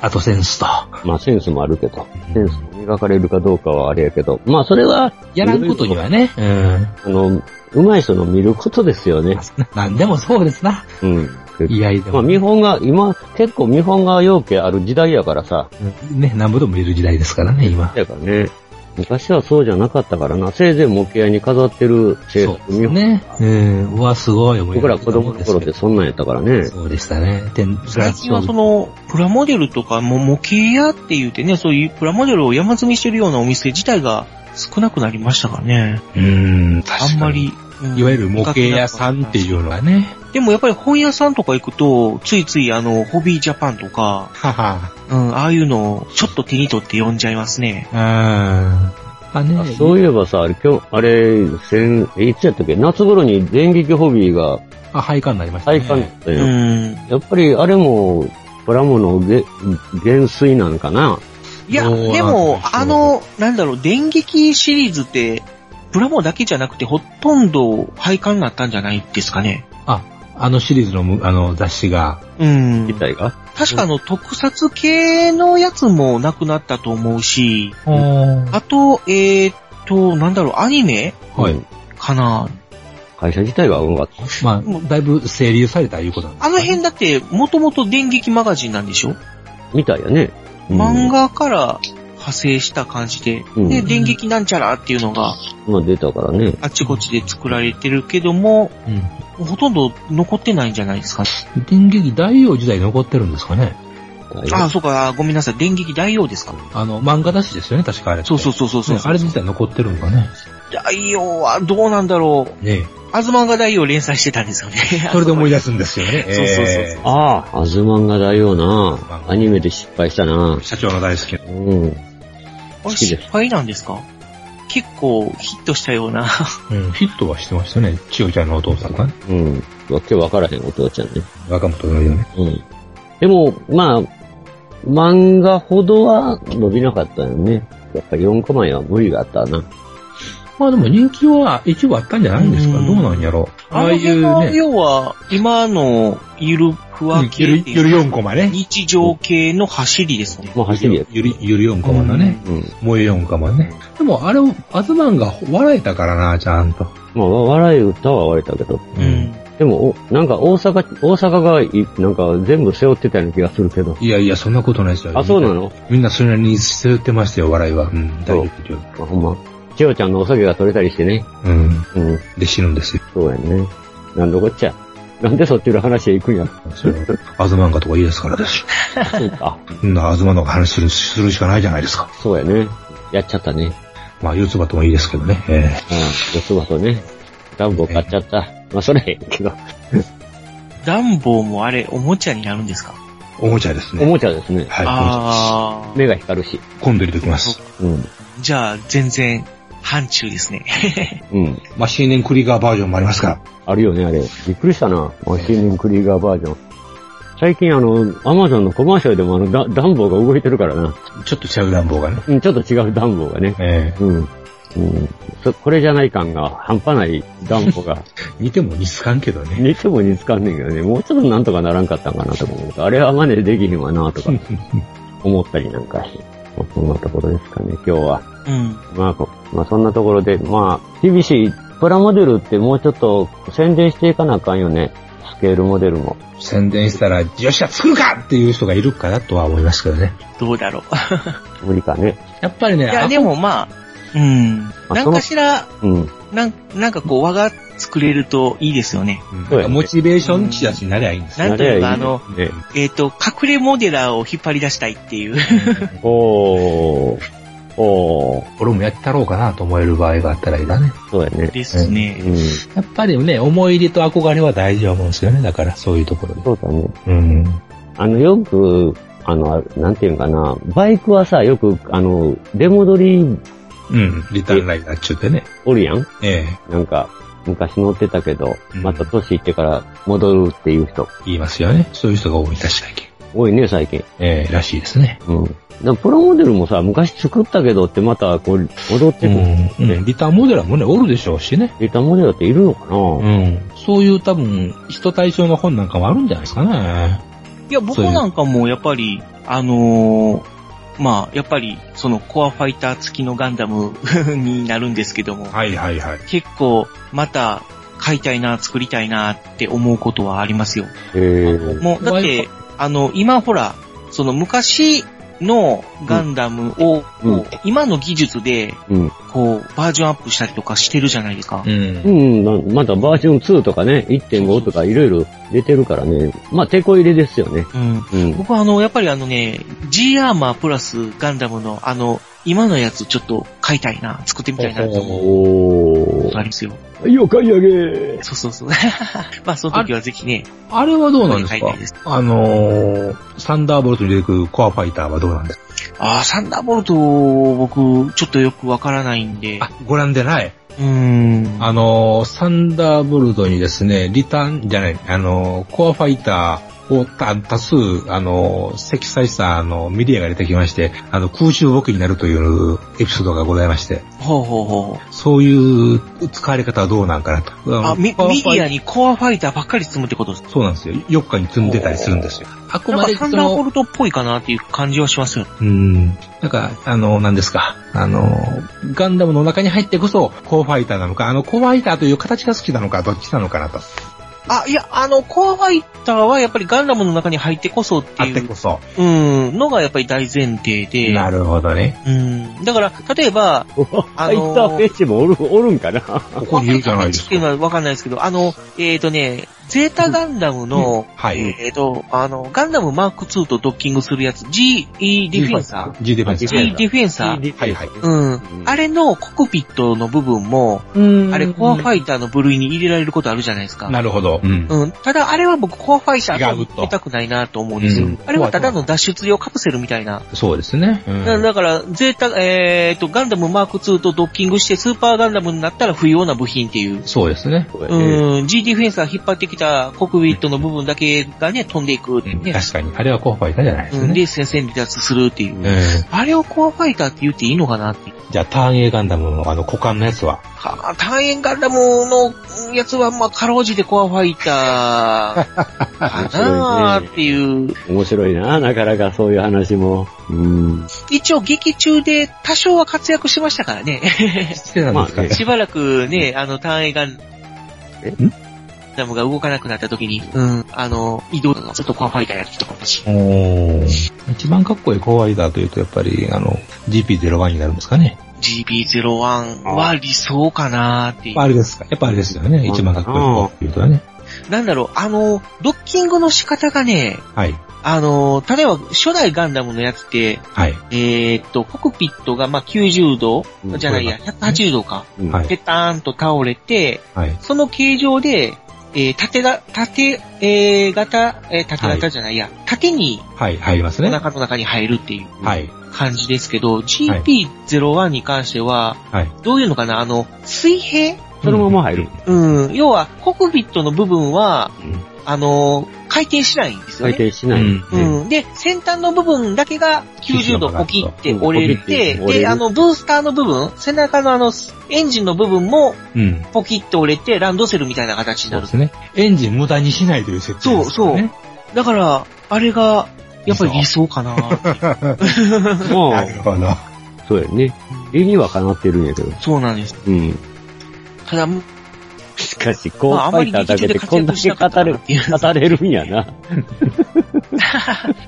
Speaker 1: あとセンスと。
Speaker 3: まあセンスもあるけど。センスも磨かれるかどうかはあれやけど。まあそれは、
Speaker 1: やらんことにはね、うん。
Speaker 3: あの、うまい人の見ることですよね。
Speaker 1: なんでもそうですな。
Speaker 3: うん。
Speaker 1: いやいや
Speaker 3: まあ見本が、今、結構見本が要件ある時代やからさ。
Speaker 1: ね、何部でもいる時代ですからね、今。
Speaker 3: だからね。昔はそうじゃなかったからな。せいぜい模型屋に飾ってる制
Speaker 1: そう
Speaker 3: 服
Speaker 1: です
Speaker 3: 見本。
Speaker 1: ね。うん。うわ、すごい思い
Speaker 3: 僕ら子供の頃ってそんなんやったからね。
Speaker 1: そうでしたね。で、
Speaker 2: 最近はその、プラモデルとか、も模型屋って言うてね、そういうプラモデルを山積みしてるようなお店自体が少なくなりましたからね。
Speaker 1: うん、確か
Speaker 2: あ
Speaker 1: に
Speaker 2: んまり。うん
Speaker 1: いわゆる模型屋さんっていうのはね、
Speaker 2: でもやっぱり本屋さんとか行くと、ついついあの、ホビージャパンとか、
Speaker 1: はは、
Speaker 2: うん、ああいうのをちょっと手に取って読んじゃいますね。
Speaker 1: あーあ
Speaker 3: あ
Speaker 1: ね、
Speaker 3: そういえばさ、あれ、今日、あれ、先、えいつやったっけ夏頃に電撃ホビーが
Speaker 1: あ、廃刊になりましたね。
Speaker 3: 体感だった
Speaker 2: う
Speaker 3: よ、
Speaker 2: ん。
Speaker 3: やっぱり、あれも、プラモのげ減衰なんかな。
Speaker 2: いや、
Speaker 1: どうなんでし
Speaker 2: で
Speaker 1: ょう
Speaker 2: も、あの、なんだろう、電撃シリーズって、プラモだけじゃなくて、ほとんど廃刊になったんじゃないですかね。
Speaker 1: あのシリーズのむあの雑誌が、
Speaker 2: うん。
Speaker 3: 自体が。
Speaker 2: 確かあの、特撮系のやつもなくなったと思うし、あと、えーっと、なんだろう、アニメ
Speaker 1: はい。
Speaker 2: かな
Speaker 3: 会社自体がうんがった。
Speaker 1: まあ、だいぶ整理されたいうことなんです
Speaker 2: あの辺だって、もともと電撃マガジンなんでしょ
Speaker 3: みたいやね。うん
Speaker 2: 漫画から派生した感じで、
Speaker 3: うん
Speaker 2: で、電撃なんちゃらっていうのが
Speaker 3: まあ出たからね。
Speaker 2: あっちこっちで作られてるけども、ほとんど残ってないんじゃないですかね。
Speaker 1: うん。電撃大王時代に残ってるんですかね。
Speaker 2: ああ、そうか、ごめんなさい、電撃大王ですか。
Speaker 1: あの、漫画雑誌ですよね、確かあれって。
Speaker 2: そうそうそうそうそう、
Speaker 1: ねあれ自体残ってるのかね。
Speaker 2: 大王はどうなんだろう。
Speaker 1: ね
Speaker 2: アズマンが大王連載してたんですよね。
Speaker 1: それで思い出すんですよね。
Speaker 2: そうそうそうそう
Speaker 1: えー
Speaker 3: ああ、アズマンがだよな。アニメで失敗したな。
Speaker 1: 社長の大好きな。
Speaker 3: うん。
Speaker 2: あれ
Speaker 3: きです
Speaker 2: 失敗なんですか結構ヒットしたような。
Speaker 1: うん、ヒットはしてましたね。千代ちゃんのお父さんがね。
Speaker 3: うん。わけわからへんお父ちゃんね。
Speaker 1: 若本のよね。
Speaker 3: うん。でも、まあ、漫画ほどは伸びなかったよね。やっぱ4コマには無理があったな。
Speaker 1: まあでも人気は一部あったんじゃないんですか
Speaker 2: うん
Speaker 1: どうなんやろ
Speaker 2: あの辺は、。要は、今のゆるふわ系っていう
Speaker 1: ゆる4コマね。
Speaker 2: 日常系の走りですね。
Speaker 3: もう走りや。
Speaker 1: ゆる、ゆる4コマのね。
Speaker 3: うん。
Speaker 1: もう4コマね。でもあれを、アズマンが笑えたからな、ちゃんと。
Speaker 3: まあ、わ笑い歌は笑えたけど。
Speaker 2: う。ん。
Speaker 3: でも、おなんか大阪、大阪がい、なんか全部背負ってたような気がするけど。
Speaker 1: いやいや、そんなことないですよ。
Speaker 3: あ、そうなの
Speaker 1: みんなそれなりに背負ってましたよ、笑いは。うん、大丈夫。
Speaker 3: あ、ほんま。千代ちゃんのお酒が取れたりしてね。
Speaker 1: うん。
Speaker 3: うん。
Speaker 1: で、死ぬんですよ。
Speaker 3: そうやね。なんのこっちゃ。なんでそっちの話へ行くんや。
Speaker 1: それは、アズマンガとかいいですからです。
Speaker 3: そうか。
Speaker 1: そんなアズマンの話する、するしかないじゃないですか。
Speaker 3: そうやね。やっちゃったね。
Speaker 1: まあ、四つ葉ともいいですけどね。ええ
Speaker 3: うん。四つ葉とね。ダンボ買っちゃった。まあ、それへんけど。
Speaker 2: ダンボーもあれ、おもちゃになるんですか
Speaker 1: おもちゃです
Speaker 3: お
Speaker 1: ね。
Speaker 3: もちゃですね。
Speaker 1: はいおもちゃ。
Speaker 2: ああ。
Speaker 3: 目が光るし。
Speaker 1: 今度入れておきます。
Speaker 3: うん。
Speaker 2: じゃあ、全然、範疇ですね。
Speaker 3: うん。
Speaker 1: まあ、新年クリガーバージョンもありますから。
Speaker 3: あるよね、あれ。びっくりしたな。マシンクリーガーバージョン。最近あの、アマゾンのコマーシャルでもあの、ダダンボが動いてるからな。
Speaker 1: ちょっと違う暖房がね。
Speaker 3: うん、ちょっと違うダンボがね。
Speaker 1: ええ
Speaker 3: うん。うん。そ、これじゃない感が半端ないダンボが。
Speaker 1: 似ても似つかんけどね。
Speaker 3: 似ても似つかんねんけどね。もうちょっとなんとかならんかったんかなとか思うと。あれは真似できひんわなとか思ったりなんかして。まあそんなところですかね、今日は。
Speaker 2: うん。
Speaker 3: まあ、こまあ、そんなところで、まあ、厳しい。プラモデルってもうちょっと宣伝していかなあかんよね。スケールモデルも。
Speaker 1: 宣伝したら、よっしゃ、作るかっていう人がいるかなとは思いますけどね。
Speaker 2: どうだろう。
Speaker 3: 無理かね。
Speaker 1: やっぱりね、
Speaker 2: いや、
Speaker 1: あ
Speaker 2: でもまあ、うん。
Speaker 3: あ
Speaker 2: なんかしら、
Speaker 3: うん。
Speaker 2: なん、なんかこう、輪が作れるといいですよね。
Speaker 1: うん
Speaker 3: そうやね
Speaker 1: モチベーション地達になりゃいいんですよ。
Speaker 2: なんというか、
Speaker 3: あ
Speaker 2: あ
Speaker 3: れは
Speaker 2: の、
Speaker 3: ね。
Speaker 2: えっ、と、隠れモデラーを引っ張り出したいっていう。
Speaker 3: おー。おー。
Speaker 1: 俺もやったろうかなと思える場合があったらいいだね。
Speaker 3: そうやね。
Speaker 2: ですね。
Speaker 3: うん。
Speaker 1: やっぱりね、思い入れと憧れは大事だと思うんですよね。だから、そういうところで。
Speaker 3: そうだね。
Speaker 1: うん。
Speaker 3: あの、よく、あの、なんていうんかな、バイクはさ、よく、あの、出戻り
Speaker 1: うん、リターンライダー中でね。
Speaker 3: おるやん
Speaker 1: ええ、
Speaker 3: なんか、昔乗ってたけど
Speaker 1: う、ん
Speaker 3: また年いってから戻るっていう人、
Speaker 1: 言いますよね。そういう人が多い、確かに。
Speaker 3: 多いね、最近。
Speaker 1: ええ、らしいですね。
Speaker 3: うん。なんかプラモデルもさ、昔作ったけどってまた、こう、戻ってく
Speaker 1: う
Speaker 3: る。
Speaker 1: ん、うんリターンモデラーもね、おるでしょうしね。
Speaker 3: リターンモデルっているのかな、
Speaker 1: うん。そういう多分、人対象の本なんかもあるんじゃないですかね。
Speaker 2: いや、僕なんかもやっぱり、あのーまあ、やっぱり、そのコアファイター付きのガンダム になるんですけども、
Speaker 1: はいはいはい。
Speaker 2: 結構、また、買いたいな、作りたいなって思うことはありますよ。
Speaker 3: へー
Speaker 2: もう、だって、あの、今ほら、その昔のガンダムを、
Speaker 3: うん
Speaker 2: こう今の技術で、
Speaker 3: うん。
Speaker 2: こう、バージョンアップしたりとかしてるじゃないですか。
Speaker 1: うん。
Speaker 3: うん、なまだバージョン2とかね、1.5とかいろいろ出てるからね。まあ、手こ入れですよね。
Speaker 2: うん。
Speaker 3: うん。
Speaker 2: 僕はあの、やっぱりあのね、G アーマープラスガンダムのあの、今のやつちょっと買いたいな、作ってみたいなと思う
Speaker 3: お
Speaker 2: ことあ
Speaker 3: ー。
Speaker 2: りますよ。
Speaker 3: よ、買い上げ
Speaker 2: そうそう そう。まあ、その時はぜひね、
Speaker 1: あれはどうなんです
Speaker 2: 買いた
Speaker 1: か
Speaker 2: いです。
Speaker 1: あのー、サンダーボルトに出てくるコアファイターはどうなんですか
Speaker 2: ああ、サンダーボルト、僕、ちょっとよくわからないんで。
Speaker 1: あ、ご覧でない。
Speaker 2: うーん。
Speaker 1: あのー、サンダーボルトにですね、リターンじゃない、あのー、コアファイターをた多数、あのー、積載した、あの、メディアが出てきまして、あの、空中僕になるというエピソードがございまして、
Speaker 2: ほうほうほう。
Speaker 1: そういう使われ方はどうなんかなと。
Speaker 2: あ、
Speaker 1: の
Speaker 2: ミミ
Speaker 1: コアファイ
Speaker 2: ディアにコアファイターばっかり積むってことですか
Speaker 1: そうなんですよ。4日に積んでたりするんですよ。
Speaker 6: あく
Speaker 2: な
Speaker 6: ま
Speaker 2: ん
Speaker 6: で
Speaker 2: かサン
Speaker 6: そ
Speaker 2: ダーボ
Speaker 6: の、
Speaker 2: ルトっぽいかなっていう感じはしますよ。
Speaker 1: うん。なんか、あの、何ですか。あの、ガンダムの中に入ってこそ、コアファイターなのか、あの、コアファイターという形が好きなのか、どっちなのかなと。
Speaker 2: あ、いや、あの、コアファイターはやっぱりガンダムの中に入ってこそって
Speaker 1: あっ
Speaker 2: い
Speaker 1: て
Speaker 2: う、
Speaker 1: こそ。
Speaker 2: うん、のがやっぱり大前提で。
Speaker 1: なるほどね。
Speaker 2: うん。だから、例えば、あ
Speaker 3: 入ったフェッチもおる、おるんかな
Speaker 1: ここにいるじゃないです
Speaker 2: っていう
Speaker 1: か。
Speaker 2: のはわかんないですけど、あの、えっ、ー、とね、ゼータガンダムの、
Speaker 1: はい。
Speaker 2: えっ、ー、と、あの、ガンダムマーク2とドッキングするやつ、G、E ディフェンサ
Speaker 1: G ディフェンス。
Speaker 2: ー ?G ディフェンサー
Speaker 1: はいはい。
Speaker 2: うん。あ
Speaker 3: れ
Speaker 2: れのコクピットの部分も、あれコアファイターの部類に入れられることあるじゃないですか。
Speaker 1: なるほど。うん。
Speaker 2: うん。ただ、あれは僕、コアファイタ
Speaker 1: 違う
Speaker 2: ー
Speaker 1: と
Speaker 2: と出たくないなと思うんですよ。
Speaker 1: うん
Speaker 2: あれはただの脱出用カプセルみたいな。
Speaker 1: そうですね。うん
Speaker 2: だだから、ゼータ、えー、と、ガンダムマーク2とドッキングして、スーパーガンダムになったら不要な部品っていう。
Speaker 1: そうですね。
Speaker 2: うん、G ディフェンサー引っ張ってきたコックビットの部分だけがね、飛んでいくって
Speaker 1: う
Speaker 2: いうんね。
Speaker 1: 確かに。あれはコアファイターじゃないです
Speaker 2: うん、
Speaker 1: ね。
Speaker 2: で、戦線離脱するっていうう。
Speaker 1: ん
Speaker 2: あれをコアファイターって言っていいのかなっていう。
Speaker 1: じゃあ、ターン A ガンダムのあの股間のやつは。
Speaker 2: はあ、単円ガンダムのやつは、まあ、かろうじてコアファイターかなーっていう。
Speaker 3: 面白いな、なかなかそういう話も。うん。
Speaker 2: 一応劇中で多少は活躍しましたから ね。
Speaker 1: してたんですかね。
Speaker 2: しばらくね、あの、単位ガン
Speaker 3: え、
Speaker 2: ダムが動かなくなった時に、うん、あの、移動のちょっとコアファイターやってたかもしれ
Speaker 1: おー一番かっこいいコアファイターというと、やっぱり、あの、GP01 になるんですかね。
Speaker 2: ない。GB01 は理想かなーっていう。
Speaker 1: あれですか。やっぱあれですよね。一番かっこいいコアというとね。
Speaker 2: なんだろう、あの、ドッキングの仕方がね、
Speaker 1: はい。
Speaker 2: あの、例えば初代ガンダムのやつって、
Speaker 1: はい。
Speaker 2: えーっと、コクピットがまあ90度、
Speaker 3: うん
Speaker 2: じゃないや、180度か。
Speaker 3: うん
Speaker 1: はい
Speaker 2: ペターンと倒れて、
Speaker 1: はい。
Speaker 2: その形状で、えー縦が、縦、えー型、えー縦型じゃないや、縦に
Speaker 1: はい。入ります
Speaker 2: お
Speaker 1: ね。
Speaker 2: 腹の中に入るっていう
Speaker 1: はい。
Speaker 2: 感じですけど、GP01 に関しては、
Speaker 1: はい。
Speaker 2: どういうのかな、あの、水平
Speaker 3: そのまま入る。
Speaker 2: うん、要は、コックピットの部分は、
Speaker 1: うん
Speaker 2: あの、回転しないんです
Speaker 3: 回
Speaker 2: よね。
Speaker 3: 転し
Speaker 1: う
Speaker 3: ない。
Speaker 1: ん。
Speaker 2: うん、で、先端の部分だけが90度ポキって折
Speaker 3: う
Speaker 2: れて、
Speaker 3: んポキって折れる
Speaker 2: で、あの、ブースターの部分、背中のあの、エンジンの部分も
Speaker 1: うん。
Speaker 2: ポキって折れて、ランドセルみたいな形に
Speaker 1: そ
Speaker 2: な
Speaker 1: う
Speaker 2: る
Speaker 1: で。すね。エンジン無駄にしないという設定ですよね。
Speaker 2: だから、あれが、やっぱり理想か な。
Speaker 3: まあ
Speaker 1: な、るほど。
Speaker 3: そうやね。理にはかなってるんやけど。
Speaker 2: そうなんです。
Speaker 3: うん。
Speaker 2: ただ、ま
Speaker 3: しかし、コア
Speaker 2: あ、あ
Speaker 3: フ
Speaker 2: ま
Speaker 3: ァイ
Speaker 2: り
Speaker 3: ター
Speaker 2: 劇
Speaker 3: だ
Speaker 2: 中
Speaker 3: け
Speaker 2: で
Speaker 3: で
Speaker 2: 活
Speaker 3: こんだ
Speaker 2: 躍し
Speaker 3: け
Speaker 2: なかっ
Speaker 3: 語
Speaker 2: た
Speaker 3: れ
Speaker 2: な
Speaker 3: る
Speaker 2: っ、ていう。
Speaker 3: 語れるんやな。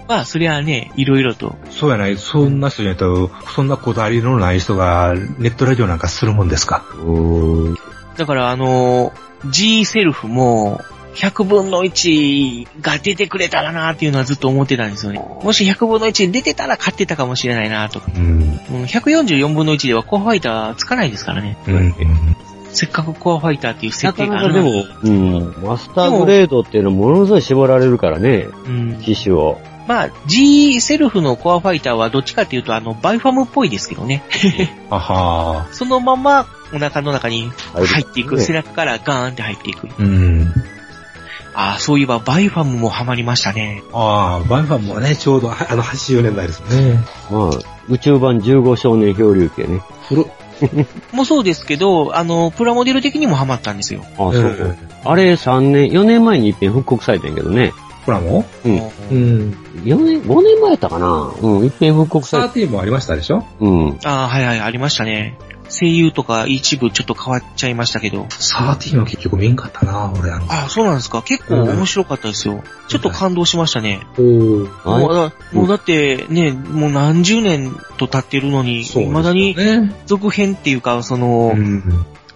Speaker 2: まあ、それはね、いろいろと。
Speaker 1: そうやない、そんな人じゃないと、そんなこだわりのない人がネットラジオなんかするもんですか。
Speaker 3: うーん。
Speaker 2: だから、あのー、G セルフも、100分の1が出てくれたらなっていうのはずっと思ってたんですよね。もし100分の1出てたら勝ってたかもしれないなとか。
Speaker 1: うん。
Speaker 2: うん、144分の1ではコアファイターつかないですからね。
Speaker 1: うん。
Speaker 2: せっかくコアファイターっていう設
Speaker 3: なか
Speaker 2: 定が
Speaker 3: な
Speaker 2: あ
Speaker 3: か
Speaker 2: る
Speaker 3: で
Speaker 2: のに
Speaker 3: も、うん、マスターグレードっていうのはものすごい絞られるからね、
Speaker 2: うん、
Speaker 3: 機種を。
Speaker 2: まあ、G セルフのコアファイターはどっちかっていうと、あの、バイファムっぽいですけどね。
Speaker 1: あは
Speaker 2: そのまま、お腹の中に入っていく。
Speaker 3: ね
Speaker 2: 背中からガーンって入っていく。
Speaker 1: ー。うん。
Speaker 2: ああ、そういえばバイファムもハマりましたね。
Speaker 1: ああ、バンファンもね、ちょうど、はあの、80年代ですね。
Speaker 3: まあ、宇宙版15少年漂流記やね。
Speaker 1: 古っ。
Speaker 2: もうそうですけど、あの、プラモデル的にもハマったんですよ。
Speaker 3: あ、そう。
Speaker 1: ん
Speaker 3: あれ3年、4年前に一遍復刻されてんけどね。
Speaker 1: プラモ
Speaker 3: うん
Speaker 1: うん。
Speaker 3: 4年、5年前やったかなうん、一遍復刻されて。
Speaker 1: 13もありましたでしょ
Speaker 3: うん。
Speaker 2: ああ、はいはい、ありましたね。声優とか一部ちょっと変わっちゃいましたけど。
Speaker 1: 13は結局見んかったな、俺あの。
Speaker 2: ああ、そうなんですか。結構面白かったですよ。ちょっと感動しましたね。
Speaker 1: おー。
Speaker 3: はい
Speaker 2: もうだもうだってね、もう何十年と経ってるのに、
Speaker 1: そうですよね
Speaker 2: 未だに続編っていうか、その、
Speaker 1: うん。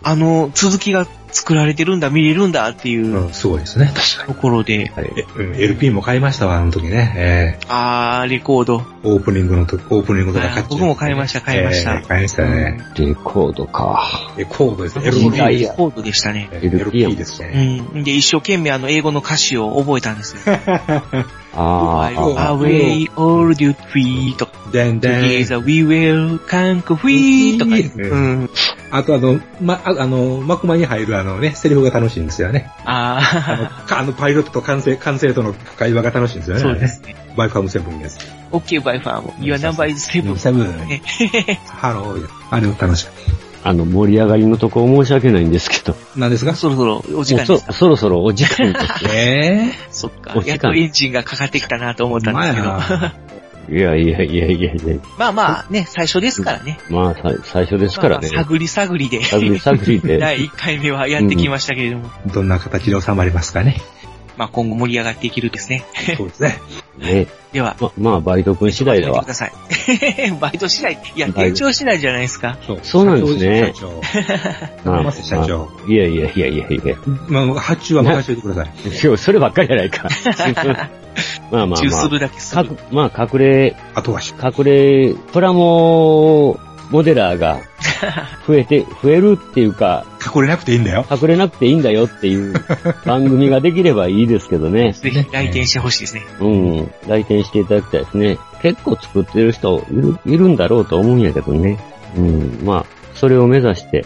Speaker 2: あの、続きが作られてるんだ、見れるんだっていう
Speaker 1: うん、すごいですね。確
Speaker 2: ところで、
Speaker 3: あれ。
Speaker 1: かに。うん、LP も買いましたわ、あの時ね。え
Speaker 2: あー、レコード。
Speaker 1: ー、オープニングの時、オープニングとか買っちゃって
Speaker 2: 僕も買いました、買いました。
Speaker 1: えー買いましたね。
Speaker 3: レコードか。
Speaker 1: え、コードですね。
Speaker 3: 時
Speaker 1: LP
Speaker 3: 代
Speaker 1: で
Speaker 2: レ
Speaker 1: す。
Speaker 2: コードでしたね。
Speaker 1: えー LP です
Speaker 2: う
Speaker 1: ね。
Speaker 2: ん。で、一生懸命あの、英語の歌詞を覚えたんですよ。
Speaker 3: あ
Speaker 1: うわ
Speaker 3: あ、
Speaker 2: Away all you three とか、
Speaker 1: でんでん。
Speaker 2: Together we will conquer we とか、
Speaker 1: う
Speaker 2: うん。
Speaker 1: あとあの、ま、ああの、幕間に入るあのね、セリフが楽しいんですよね。あの
Speaker 2: あ、
Speaker 1: かあのパイロットと管制、管制との会話が楽しいんですよ
Speaker 2: ー、
Speaker 1: ね。
Speaker 2: そうですね。
Speaker 1: あれね。バイファームセブンのやつ。
Speaker 2: OK, by farm. Your number is seven.
Speaker 1: セブン。ハロー。あれも楽しかっ
Speaker 3: あの、盛り上がりのとこ申し訳ないんですけど。も
Speaker 1: た。なん ですが
Speaker 2: そろそろお時間
Speaker 3: う
Speaker 2: で
Speaker 3: そ
Speaker 2: すか。
Speaker 3: そろそろお時間 です。
Speaker 1: え
Speaker 2: そっか
Speaker 3: お。時間
Speaker 2: やっとエンジンがかかってきたなと思っ
Speaker 1: え
Speaker 2: たんですけど。
Speaker 3: いやいやいやいやいや
Speaker 2: まあまあね、最初ですからね。
Speaker 3: まあ、さ最初ですからね
Speaker 2: まあ。まあ探り探りで、
Speaker 3: 探り探りで。
Speaker 2: 第1回目はやってきましたけれども、
Speaker 1: どんな形で収まりますか ね。
Speaker 2: まあ今後盛り上がっていけるですね。
Speaker 1: そうですね。
Speaker 3: ね。
Speaker 2: では、
Speaker 3: ままあ、バイト君次第だ
Speaker 2: やめて
Speaker 3: わ
Speaker 2: く。ださい。 バイト次第、いや、
Speaker 3: バイ
Speaker 2: 店
Speaker 3: ト
Speaker 2: 長次第じゃないですか。
Speaker 1: そう
Speaker 3: そうなんですね
Speaker 1: 社長
Speaker 3: まあ、ま
Speaker 1: 山
Speaker 3: あ
Speaker 1: 瀬社長。
Speaker 3: いやいやいやいやいや。
Speaker 1: まあ、発注は任せてください。
Speaker 3: いやそればっかりじゃ ないか。まあまあ
Speaker 2: 中
Speaker 3: まあ
Speaker 2: 粒だけす
Speaker 3: か
Speaker 2: る。
Speaker 3: く。まあ、隠れ、
Speaker 1: あとはし、
Speaker 3: 隠れ、プラモモデラーが増えて、増えるっていうか、
Speaker 1: 隠れなくていいんだよ。
Speaker 3: 隠れなくていいんだよっていう番組ができればいいですけどね。
Speaker 2: ぜひ来店してほしいですね。
Speaker 3: うん。来店していただきたいですね。結構作ってる人いるいるんだろうと思うんやけどね。うん。まあ、それを目指して、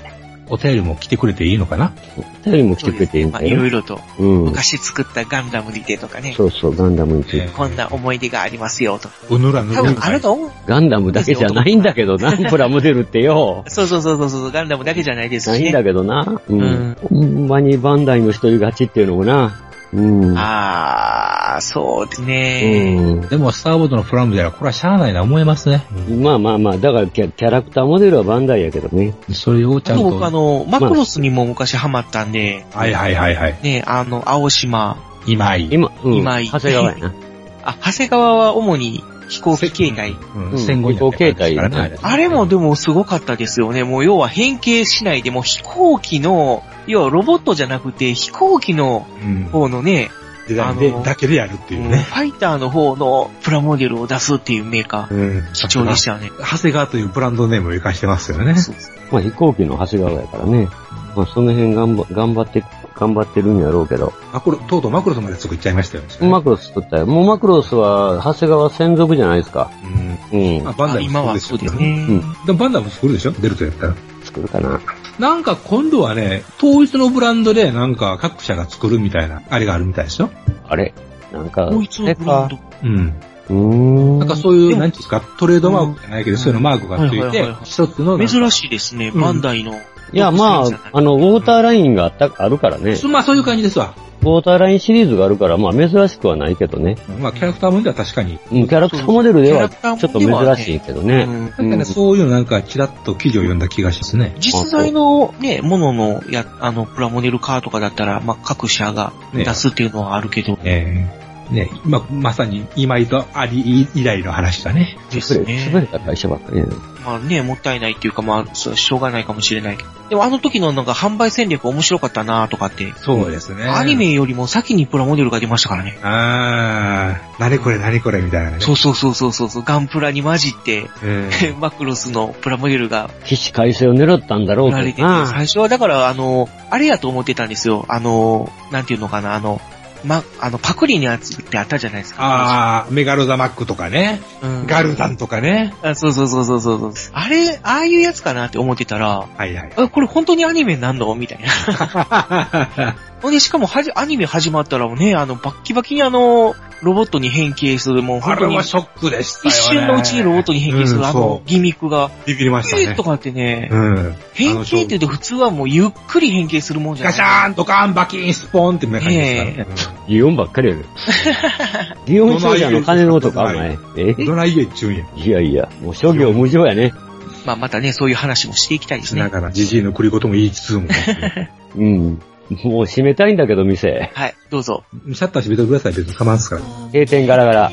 Speaker 1: お便りも来てくれていいのかな
Speaker 3: お便りも来てくれていいん
Speaker 2: まあ
Speaker 3: だ
Speaker 2: いろ
Speaker 3: よ。
Speaker 2: いろと、
Speaker 3: うん。
Speaker 2: 昔作ったガンダムにてとかね、
Speaker 3: そうそう、ガンダムについて。
Speaker 2: こんな思い出がありますよとか。
Speaker 1: うぬらぬ
Speaker 2: 多
Speaker 1: る
Speaker 2: 分あると思う。
Speaker 3: ガンダムだけじゃないんだ けどな、プラモデルってよ。
Speaker 2: そうそうそうそうそう、ガンダムだけじゃないです
Speaker 3: な
Speaker 2: し
Speaker 3: いん
Speaker 2: ね。
Speaker 3: だけどな。う
Speaker 2: うん
Speaker 3: ん。ほんまにバンダイの一人勝ちっていうのもな。うん。
Speaker 2: あー、そうです
Speaker 3: う
Speaker 2: ね。
Speaker 3: ん。
Speaker 1: でも、スターボードのプラムでは、これはしゃあないな思えますね。
Speaker 3: まあまあまあ、だからキャキャラクターモデルはバンダイやけどね。
Speaker 1: それをち
Speaker 2: あ
Speaker 1: ゃん
Speaker 2: と
Speaker 1: と。
Speaker 2: 僕あの、マクロスにも昔ハマったんで、
Speaker 1: はいはいはいはい。
Speaker 2: ね、あの、青島、
Speaker 1: 今井。
Speaker 3: 今、うん。
Speaker 2: 今井
Speaker 3: 長谷川やな。
Speaker 2: あ、長谷川は主に飛行機形態。
Speaker 1: うん
Speaker 3: うん
Speaker 1: 戦後になってからね。れ
Speaker 2: あれもでもすごかったですよね。もう要は変形しないで、もう飛行機の、要はロボットじゃなくて飛行機の
Speaker 1: うん。
Speaker 2: 方のね、
Speaker 1: デザインで
Speaker 2: あの
Speaker 1: だけでやるっていう
Speaker 2: うん
Speaker 1: ね。
Speaker 2: ファイターの方のプラモデルを出すっていうメーカー、
Speaker 1: うん。
Speaker 2: 貴重でしたよね。
Speaker 1: 長谷川というブランドネームを生かしてますよね。
Speaker 2: そう
Speaker 3: まあ飛行機の長谷川やからね。まあその辺頑張頑張って、頑張ってるんやろうけど。
Speaker 1: マクロ、とうとうマクロスまですぐ行っちゃいましたよね。
Speaker 3: マクロス取ったよ。もうマクロスは長谷川専属じゃないですか。
Speaker 1: うん。
Speaker 3: うん
Speaker 1: まあ。バンダイ
Speaker 2: 今
Speaker 1: も
Speaker 2: は
Speaker 1: そ
Speaker 2: そうう
Speaker 1: で
Speaker 2: ですす
Speaker 1: ね。
Speaker 2: ね。
Speaker 3: うん
Speaker 1: でもバンダイも作るでしょデルトやったら。
Speaker 3: 作るかな。
Speaker 1: なんか今度はね、統一のブランドでなんか各社が作るみたいな、あれがあるみたいですよ。
Speaker 3: あれなんか、
Speaker 2: こいつのブランド。
Speaker 1: うん。
Speaker 3: うん。
Speaker 1: なんかそういう、
Speaker 2: でも
Speaker 1: なんていうんですか、トレードマークじゃないけど、そういうのマークがつ
Speaker 2: はい
Speaker 1: い
Speaker 2: はいはい
Speaker 1: て
Speaker 2: は、い
Speaker 1: 一つのなんか。
Speaker 2: 珍しいですね、
Speaker 1: うん
Speaker 2: バンダイの。
Speaker 3: いや、まあ、あの、ウォーターラインがあった、あるからね。
Speaker 1: まあそういう感じですわ。
Speaker 3: ウォーターラインシリーズがあるから、まあ珍しくはないけどね。
Speaker 1: まあキャラクターもんでは確かに。
Speaker 3: うん、キャラクターモデルではち
Speaker 2: キ
Speaker 3: ょ
Speaker 2: ャラ
Speaker 3: っ
Speaker 2: クター
Speaker 3: と
Speaker 2: モデルはね
Speaker 3: 珍しいけど
Speaker 2: う
Speaker 3: ね。
Speaker 2: ん
Speaker 1: なんかね、そういうのなんかちらっと記事を読んだ気がしますね。
Speaker 2: 実在のね、ものの、や、あの、プラモデルカーとかだったら、まあ、各社が出すっていうのはあるけど、
Speaker 1: ええね、ま、まさに今井とアリ以来の話だね。
Speaker 2: です
Speaker 3: 潰れ潰れ
Speaker 2: ね。
Speaker 3: た会社ばっかりやね。
Speaker 2: まあね、もったいないっていうか、まあ、そうしょうがないかもしれないけど。でもあの時のなんか販売戦略面白かったなとかって、
Speaker 1: そうですね。
Speaker 2: アニ。メよりも先にプラモデルが出ましたからね。
Speaker 1: ああ、なにこれなにこれみたいなね。
Speaker 2: そうそうそうそうそうそう、ガンプラに混じって、
Speaker 1: うん。
Speaker 2: マクロスのプラモデルが
Speaker 3: 起死回生を狙ったんだろ
Speaker 2: 売
Speaker 3: う
Speaker 2: られ
Speaker 3: け
Speaker 2: てて、
Speaker 3: どな。
Speaker 2: 最初はだから、あの、あれやと思ってたんですよ。あの、なんていうのかな、あの、ま、あの、パクリのやつってあったじゃないですか。
Speaker 1: ああ、メガロザマックとかね、
Speaker 2: うん
Speaker 1: ガルダンとかね。
Speaker 2: あそうそうそうそうそうそう。あれ、ああいうやつかなって思ってたら、
Speaker 1: はいはい。
Speaker 2: あ、これ本当にアニメになんのみたいな。 ほんで、しかもはじ、アニメ始まったらもうね、あの、バッキバキにあの、ロボットに変形する、もう
Speaker 1: あ
Speaker 2: 本
Speaker 1: れ
Speaker 2: 当に、
Speaker 1: は
Speaker 2: 一
Speaker 1: ショックでしたよ、ね。
Speaker 2: 瞬のうちにロボットに変形す
Speaker 1: うん
Speaker 2: る、あ
Speaker 1: そ
Speaker 2: の、ギミックが、
Speaker 1: う。ビビりました
Speaker 2: えー
Speaker 1: ね
Speaker 2: と。かってね、
Speaker 1: うん。
Speaker 2: 変形って言うと普通はもうゆっくり変形するもんじゃな
Speaker 1: ガ
Speaker 2: い
Speaker 1: シャーン、ドカーン、バキーン、スポーンってみたいな感じですからね。
Speaker 3: 擬音ばっかりやる。擬音少女の鐘の音か、お前。え
Speaker 1: うんどない言えっちゅうんや。
Speaker 3: いやいや、もう諸行無常やね。
Speaker 2: まあまたね、そういう話もしていきたいです
Speaker 1: しな
Speaker 2: ね。
Speaker 1: がら、じじいの繰り言も言いつつも。
Speaker 3: うん。もう閉めたいんだけど、店。
Speaker 2: はい、どうぞ。
Speaker 1: シャッター閉めてください、別に構わんすから。
Speaker 3: 閉店ガラガラ。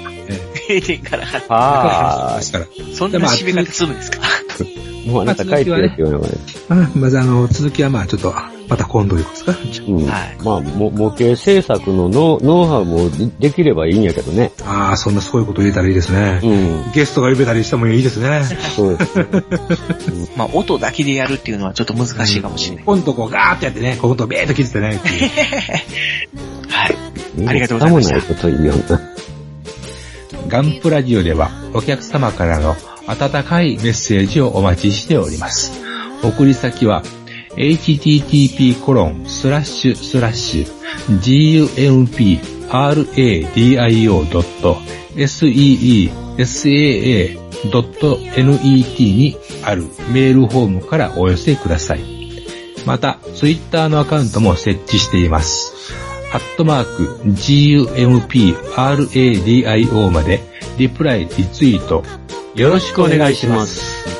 Speaker 2: 閉店から、
Speaker 3: はーい。
Speaker 1: から。
Speaker 2: そんな締め方するんですか
Speaker 3: もうあなた帰ってやってよね、これ。
Speaker 1: うんまずあの、続きはまあちょっと、また今度いうことですか。
Speaker 3: うん。
Speaker 2: はい
Speaker 3: まあ、も模型制作のノウノウハウもできればいいんやけどね。
Speaker 1: ああ、そんなすごいこと言えたらいいですね。
Speaker 3: うん。
Speaker 1: ゲストが呼べたりしてもいいですね。
Speaker 3: そうです。
Speaker 2: まあ、音だけでやるっていうのはちょっと難しいかもしれない。
Speaker 1: 今度こうガーってやってね、こことベーっと切ってねっていう。
Speaker 2: はい。ありがとう
Speaker 3: さ
Speaker 2: ござい
Speaker 3: も
Speaker 2: ました
Speaker 3: ないこと言うよな。
Speaker 1: ガンプラジオではお客様からの温かいメッセージをお待ちしております。送り先は http://gumpradio.seesaa.net にあるメールフォームからお寄せください。また、ツイッターのアカウントも設置しています。アットマーク、gumpradio まで、リプライ、リツイート、よろしくお願いします。